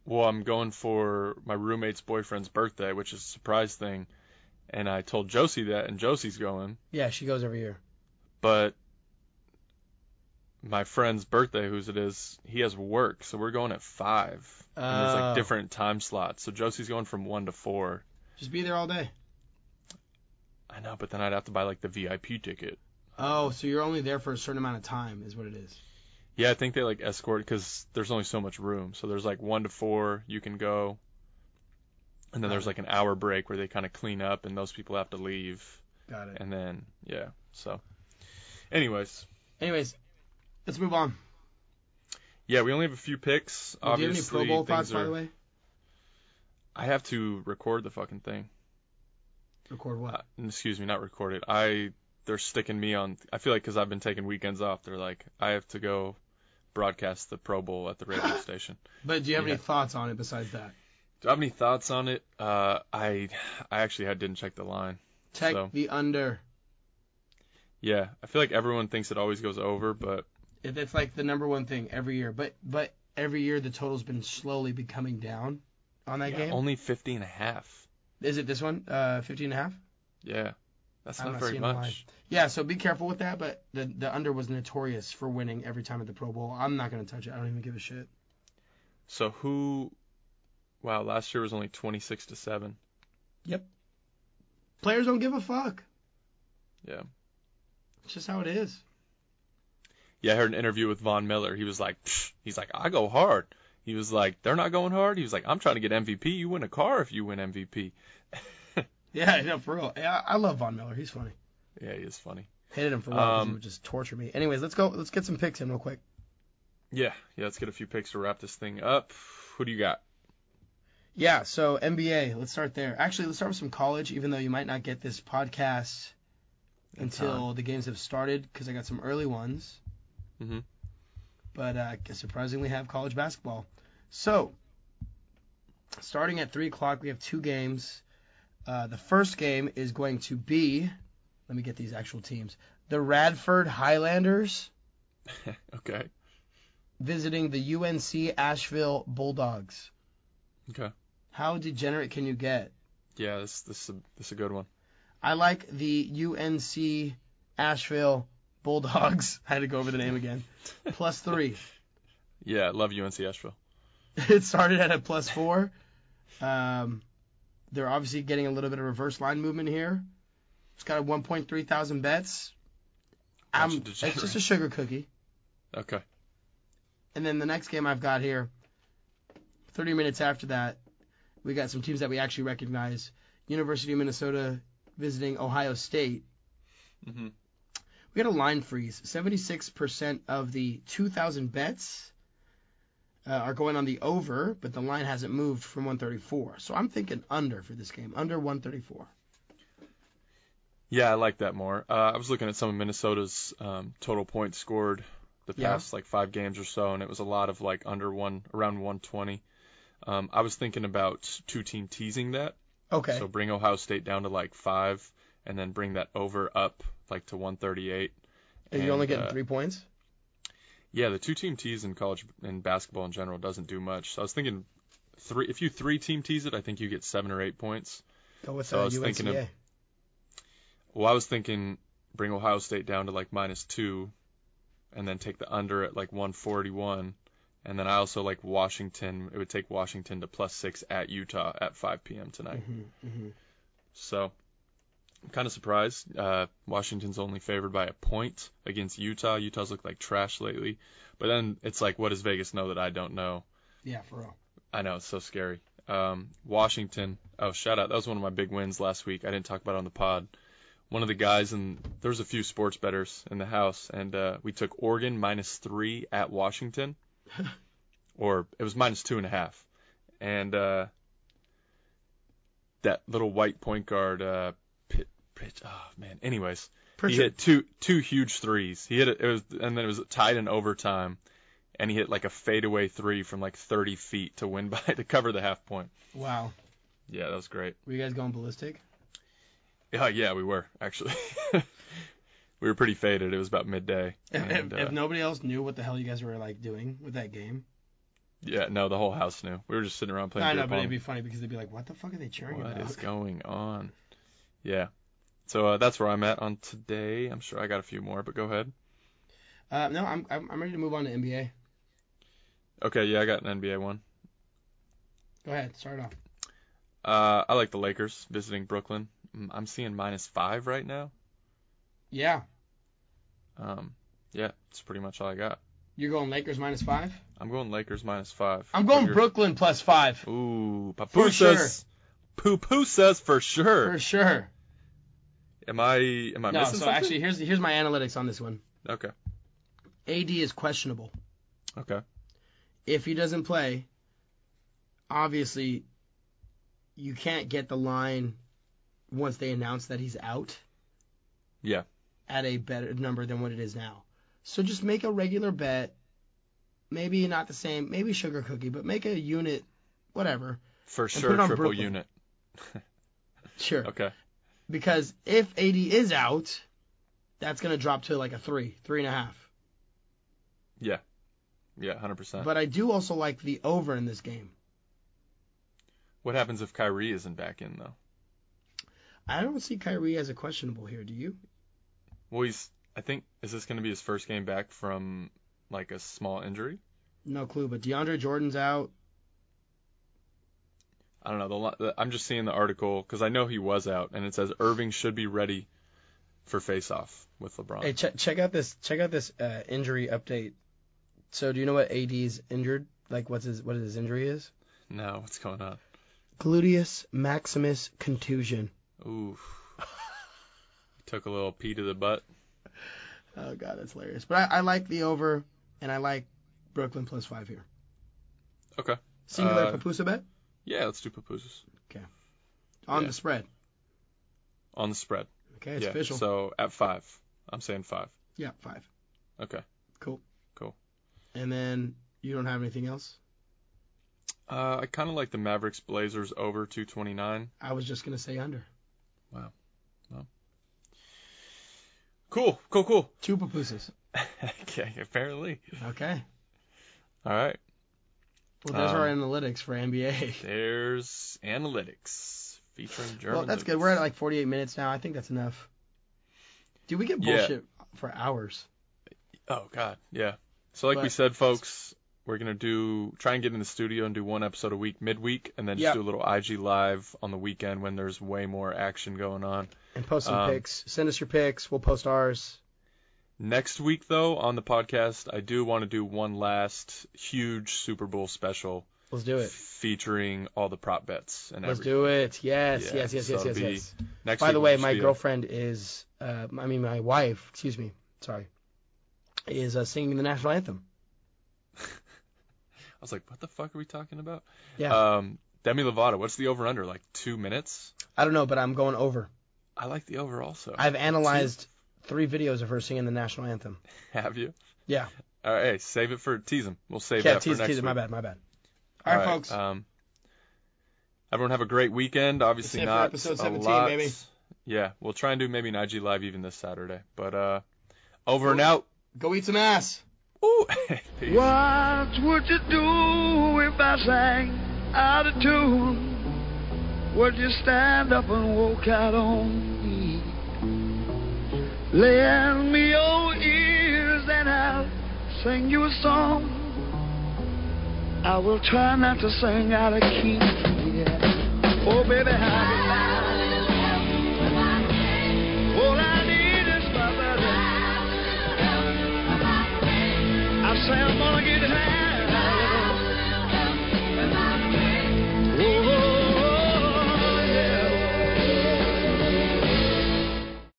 [SPEAKER 2] Well, I'm going for my roommate's boyfriend's birthday, which is a surprise thing, and I told Josie that, and Josie's going,
[SPEAKER 3] yeah, she goes every year.
[SPEAKER 2] but my friend's birthday, whose it is, he has work, so we're going at five, and there's
[SPEAKER 3] Oh.
[SPEAKER 2] like different time slots. So Josie's going from one to four.
[SPEAKER 3] Just be there all day.
[SPEAKER 2] I know, but then I'd have to buy like the VIP ticket.
[SPEAKER 3] Oh, so you're only there for a certain amount of time, is what it is.
[SPEAKER 2] Yeah, I think they like escort because there's only so much room. So there's like one to four you can go, and then there's like an hour break where they kind of clean up, and those people have to leave,
[SPEAKER 3] Got it.
[SPEAKER 2] and then yeah. So, anyways,
[SPEAKER 3] Anyways, let's move on.
[SPEAKER 2] yeah, we only have a few picks.
[SPEAKER 3] Do you have any
[SPEAKER 2] Obviously,
[SPEAKER 3] Pro Bowl
[SPEAKER 2] things
[SPEAKER 3] thoughts,
[SPEAKER 2] are.
[SPEAKER 3] by the way?
[SPEAKER 2] I have to record the fucking thing.
[SPEAKER 3] Record what?
[SPEAKER 2] Uh, excuse me, not record it. I they're sticking me on. I feel like because I've been taking weekends off, they're like I have to go broadcast the Pro Bowl at the radio station.
[SPEAKER 3] but do you have
[SPEAKER 2] yeah.
[SPEAKER 3] any thoughts on it besides that?
[SPEAKER 2] Do you have any thoughts on it? Uh, I I actually had, didn't check the line.
[SPEAKER 3] Tech
[SPEAKER 2] So-
[SPEAKER 3] the under.
[SPEAKER 2] Yeah, I feel like everyone thinks it always goes over, but
[SPEAKER 3] It- It's like the number one thing every year. But but every year the total's been slowly been coming down on that
[SPEAKER 2] yeah,
[SPEAKER 3] game.
[SPEAKER 2] only 50 and a half.
[SPEAKER 3] Is it this one? Uh, 15 and a half?
[SPEAKER 2] Yeah, that's
[SPEAKER 3] I'm
[SPEAKER 2] not,
[SPEAKER 3] not
[SPEAKER 2] very
[SPEAKER 3] seeing the
[SPEAKER 2] much.
[SPEAKER 3] Yeah, so be careful with that. But the the under was notorious for winning every time at the Pro Bowl. I'm not gonna touch it. I don't even give a shit.
[SPEAKER 2] So who? Wow, last year was only 26 to seven.
[SPEAKER 3] Players don't give a fuck.
[SPEAKER 2] Yeah.
[SPEAKER 3] It's just how it is.
[SPEAKER 2] Yeah, I heard an interview with Von Miller. He was like, "Psh," he's like, I go hard. He was like, they're not going hard. He was like, I'm trying to get MVP. You win a car if you win MVP.
[SPEAKER 3] Yeah, no, for real. Yeah, I love Von Miller. He's funny.
[SPEAKER 2] Yeah, he is funny.
[SPEAKER 3] Hated him for a while 'cause he
[SPEAKER 2] Um,
[SPEAKER 3] would just torture me. Anyways, let's go. Let's get some picks in real quick.
[SPEAKER 2] Yeah, yeah. Let's get a few picks to wrap this thing up. Who do you got?
[SPEAKER 3] Yeah, so NBA, let's start there. Actually, let's start with some college, even though you might not get this podcast until the games have started, because I got some early ones.
[SPEAKER 2] Mhm.
[SPEAKER 3] But uh, I surprisingly have college basketball. So, starting at 3 o'clock, we have two games. Uh, the first game is going to be, let me get these actual teams, the Radford Highlanders
[SPEAKER 2] okay.
[SPEAKER 3] visiting the UNC Asheville Bulldogs.
[SPEAKER 2] Okay.
[SPEAKER 3] How degenerate can you get?
[SPEAKER 2] Yeah, this this is a, this is a good one.
[SPEAKER 3] I like the UNC Asheville Bulldogs. I had to go over the name again. Plus three.
[SPEAKER 2] Yeah, love UNC Asheville.
[SPEAKER 3] It started at a plus four. Um, they're obviously getting a little bit of reverse line movement here. It's got a 1.3 thousand bets.
[SPEAKER 2] Bunch
[SPEAKER 3] Um,
[SPEAKER 2] of
[SPEAKER 3] it's
[SPEAKER 2] degenerates.
[SPEAKER 3] just a sugar cookie.
[SPEAKER 2] Okay.
[SPEAKER 3] And then the next game I've got here, 30 minutes after that, we got some teams that we actually recognize. University of Minnesota visiting Ohio State.
[SPEAKER 2] Mm-hmm.
[SPEAKER 3] We got a line freeze. 76% of the 2,000 bets uh, are going on the over, but the line hasn't moved from 134. So I'm thinking under for this game, under 134.
[SPEAKER 2] Yeah, I like that more. Uh, I was looking at some of Minnesota's um, total points scored the
[SPEAKER 3] Yeah.
[SPEAKER 2] past like five games or so, and it was a lot of like under one, around 120. Um, I was thinking about two team teasing that,
[SPEAKER 3] Okay.
[SPEAKER 2] so bring Ohio State down to like five, and then bring that over up like to 138.
[SPEAKER 3] and you're only
[SPEAKER 2] and,
[SPEAKER 3] getting
[SPEAKER 2] uh,
[SPEAKER 3] three points?
[SPEAKER 2] Yeah, the two team tease in college in basketball in general doesn't do much. So I was thinking three. If you three team tease it, I think you get seven or eight points.
[SPEAKER 3] Go with
[SPEAKER 2] so I
[SPEAKER 3] uh,
[SPEAKER 2] was thinking of-
[SPEAKER 3] UNCA.
[SPEAKER 2] Well, I was thinking bring Ohio State down to like minus two, and then take the under at like 141, and then I also like Washington. It would take Washington to plus six at Utah at 5 p.m. tonight.
[SPEAKER 3] Mhm, mhm.
[SPEAKER 2] So I'm kind of surprised. Uh, Washington's only favored by a point against Utah. Utah's looked like trash lately, but then it's like, what does Vegas know that I don't know?
[SPEAKER 3] Yeah, for real.
[SPEAKER 2] I know it's so scary. Um, Washington. Oh, shout out. That was one of my big wins last week. I didn't talk about it on the pod. one of the guys and there was a few sports betters in the house and uh, we took Oregon minus three at Washington, or it was minus two and a half, and uh, that little white point guard, uh, Pitt, Pitt, oh man. Anyways, he hit two two huge threes. He hit it, it was and then it was tied in overtime, and he hit like a fadeaway three from like 30 feet to win by to cover the half point.
[SPEAKER 3] Wow.
[SPEAKER 2] Yeah, that was great.
[SPEAKER 3] Were you guys going ballistic?
[SPEAKER 2] Yeah, yeah, we were actually. we were pretty faded. It was about midday.
[SPEAKER 3] If, if,
[SPEAKER 2] And, uh,
[SPEAKER 3] if nobody else knew what the hell you guys were like doing with that game,
[SPEAKER 2] yeah, no, the whole house knew. We were just sitting around playing.
[SPEAKER 3] I
[SPEAKER 2] beer
[SPEAKER 3] know, but
[SPEAKER 2] pong.
[SPEAKER 3] it'd be funny because they'd be like, "What the fuck are they cheering
[SPEAKER 2] What
[SPEAKER 3] about?"
[SPEAKER 2] is going on? Yeah. So uh, that's where I'm at on today. I'm sure I got a few more, but go ahead.
[SPEAKER 3] Uh, no, I'm, I'm I'm ready to move on to NBA.
[SPEAKER 2] Okay, yeah, I got an NBA one.
[SPEAKER 3] Go ahead, start off.
[SPEAKER 2] Uh, I like the Lakers visiting Brooklyn. Mm, I'm seeing minus five right now.
[SPEAKER 3] Yeah,
[SPEAKER 2] Um, yeah, that's pretty much all I got.
[SPEAKER 3] you're going Lakers minus five.
[SPEAKER 2] I'm going Lakers minus five.
[SPEAKER 3] I'm going
[SPEAKER 2] Brooklyn.
[SPEAKER 3] Brooklyn plus five
[SPEAKER 2] Ooh,
[SPEAKER 3] For sure.
[SPEAKER 2] papoosas. Poo-poosas for sure.
[SPEAKER 3] for sure.
[SPEAKER 2] Am I am I
[SPEAKER 3] no, so
[SPEAKER 2] missing something?
[SPEAKER 3] actually, here's here's my analytics on this one.
[SPEAKER 2] Okay.
[SPEAKER 3] AD is questionable.
[SPEAKER 2] Okay.
[SPEAKER 3] If he doesn't play, obviously, you can't get the line once they announce that he's out.
[SPEAKER 2] Yeah.
[SPEAKER 3] At a better number than what it is now. So just make a regular bet. Maybe not the same, maybe sugar cookie, but make a unit, whatever.
[SPEAKER 2] For
[SPEAKER 3] put
[SPEAKER 2] sure
[SPEAKER 3] it on
[SPEAKER 2] triple
[SPEAKER 3] Brooklyn.
[SPEAKER 2] unit.
[SPEAKER 3] Sure.
[SPEAKER 2] Okay.
[SPEAKER 3] Because if AD is out, that's gonna drop to like a three, three and a half.
[SPEAKER 2] Yeah, 100%.
[SPEAKER 3] But I do also like the over in this game.
[SPEAKER 2] what happens if Kyrie isn't back in though?
[SPEAKER 3] I don't see Kyrie as a questionable here, do you?
[SPEAKER 2] Well, he's I think is this going to be his first game back from like a small injury?
[SPEAKER 3] No clue, but DeAndre Jordan's out.
[SPEAKER 2] I don't know. The, li- the I'm just seeing the article cuz I know he was out and it says Irving should be ready for face-off with LeBron.
[SPEAKER 3] Hey, check check out this check out this uh, injury update. So do you know what AD's injured? Like what's his what his injury is?
[SPEAKER 2] no, what's going on?
[SPEAKER 3] Gluteus maximus contusion.
[SPEAKER 2] Ooh. Took a little pee to the butt.
[SPEAKER 3] Oh god, that's hilarious. But I, I like the over, and I like Brooklyn plus five here.
[SPEAKER 2] Okay.
[SPEAKER 3] Singular
[SPEAKER 2] Uh,
[SPEAKER 3] Papusa bet
[SPEAKER 2] Yeah, let's do papooses.
[SPEAKER 3] on
[SPEAKER 2] yeah.
[SPEAKER 3] the spread.
[SPEAKER 2] on the spread.
[SPEAKER 3] Okay, it's
[SPEAKER 2] yeah.
[SPEAKER 3] official.
[SPEAKER 2] So at five, I'm saying five.
[SPEAKER 3] Yeah, five.
[SPEAKER 2] Okay.
[SPEAKER 3] And then you don't have anything else.
[SPEAKER 2] Uh, I kind of like the Mavericks Blazers over 229.
[SPEAKER 3] I was just gonna say under.
[SPEAKER 2] Cool, cool, cool.
[SPEAKER 3] Two Papusas.
[SPEAKER 2] okay, apparently.
[SPEAKER 3] Okay.
[SPEAKER 2] All right.
[SPEAKER 3] Well, there's our
[SPEAKER 2] Um,
[SPEAKER 3] analytics for NBA.
[SPEAKER 2] There's analytics featuring German.
[SPEAKER 3] Well, that's good.
[SPEAKER 2] dudes.
[SPEAKER 3] We're at like 48 minutes now. I think that's enough. Dude, we get
[SPEAKER 2] Yeah.
[SPEAKER 3] bullshit for hours.
[SPEAKER 2] Oh God, yeah. So like we
[SPEAKER 3] But-
[SPEAKER 2] said, folks, we're gonna do try and get in the studio and do one episode a week midweek, and then just
[SPEAKER 3] Yep.
[SPEAKER 2] do a little IG live on the weekend when there's way more action going on.
[SPEAKER 3] And post some
[SPEAKER 2] Um,
[SPEAKER 3] pics. Send us your pics. We'll post ours.
[SPEAKER 2] Next week, though, on the podcast, I do want to do one last huge Super Bowl special.
[SPEAKER 3] Let's do it.
[SPEAKER 2] featuring all the prop bets and
[SPEAKER 3] Let's
[SPEAKER 2] everything.
[SPEAKER 3] do it. Yes,
[SPEAKER 2] Yeah,
[SPEAKER 3] yes, yes,
[SPEAKER 2] so
[SPEAKER 3] yes, yes,
[SPEAKER 2] it'll be-
[SPEAKER 3] yes.
[SPEAKER 2] Next
[SPEAKER 3] By
[SPEAKER 2] week
[SPEAKER 3] the
[SPEAKER 2] will
[SPEAKER 3] way,
[SPEAKER 2] just
[SPEAKER 3] my
[SPEAKER 2] be a-
[SPEAKER 3] girlfriend is, uh, I mean, my wife, excuse me, sorry, is uh, singing the national anthem.
[SPEAKER 2] I was like, what the fuck are we talking about?
[SPEAKER 3] Yeah.
[SPEAKER 2] Um, Demi Lovato, what's the over under? Like two minutes?
[SPEAKER 3] I don't know, but I'm going over.
[SPEAKER 2] I like the over also.
[SPEAKER 3] I've analyzed three videos of her singing the national anthem.
[SPEAKER 2] Have you?
[SPEAKER 3] Yeah.
[SPEAKER 2] All right, hey, save it for teasing. We'll save
[SPEAKER 3] yeah,
[SPEAKER 2] that
[SPEAKER 3] tease,
[SPEAKER 2] for next
[SPEAKER 3] tease it.
[SPEAKER 2] week.
[SPEAKER 3] My bad, my bad. All right, uh, folks.
[SPEAKER 2] Um, everyone have a great weekend. Obviously
[SPEAKER 3] it for
[SPEAKER 2] not
[SPEAKER 3] episode
[SPEAKER 2] a
[SPEAKER 3] 17,
[SPEAKER 2] lot.
[SPEAKER 3] baby.
[SPEAKER 2] Yeah, we'll try and do maybe an IG live even this Saturday. But uh, over and out.
[SPEAKER 3] Go eat some ass.
[SPEAKER 2] Ooh. Peace.
[SPEAKER 1] What would you do if I sang out of tune? Would you stand up and walk out on me? Lend me your ears and I'll sing you a song. I will try not to sing out of key. Yeah. Oh, baby, how do you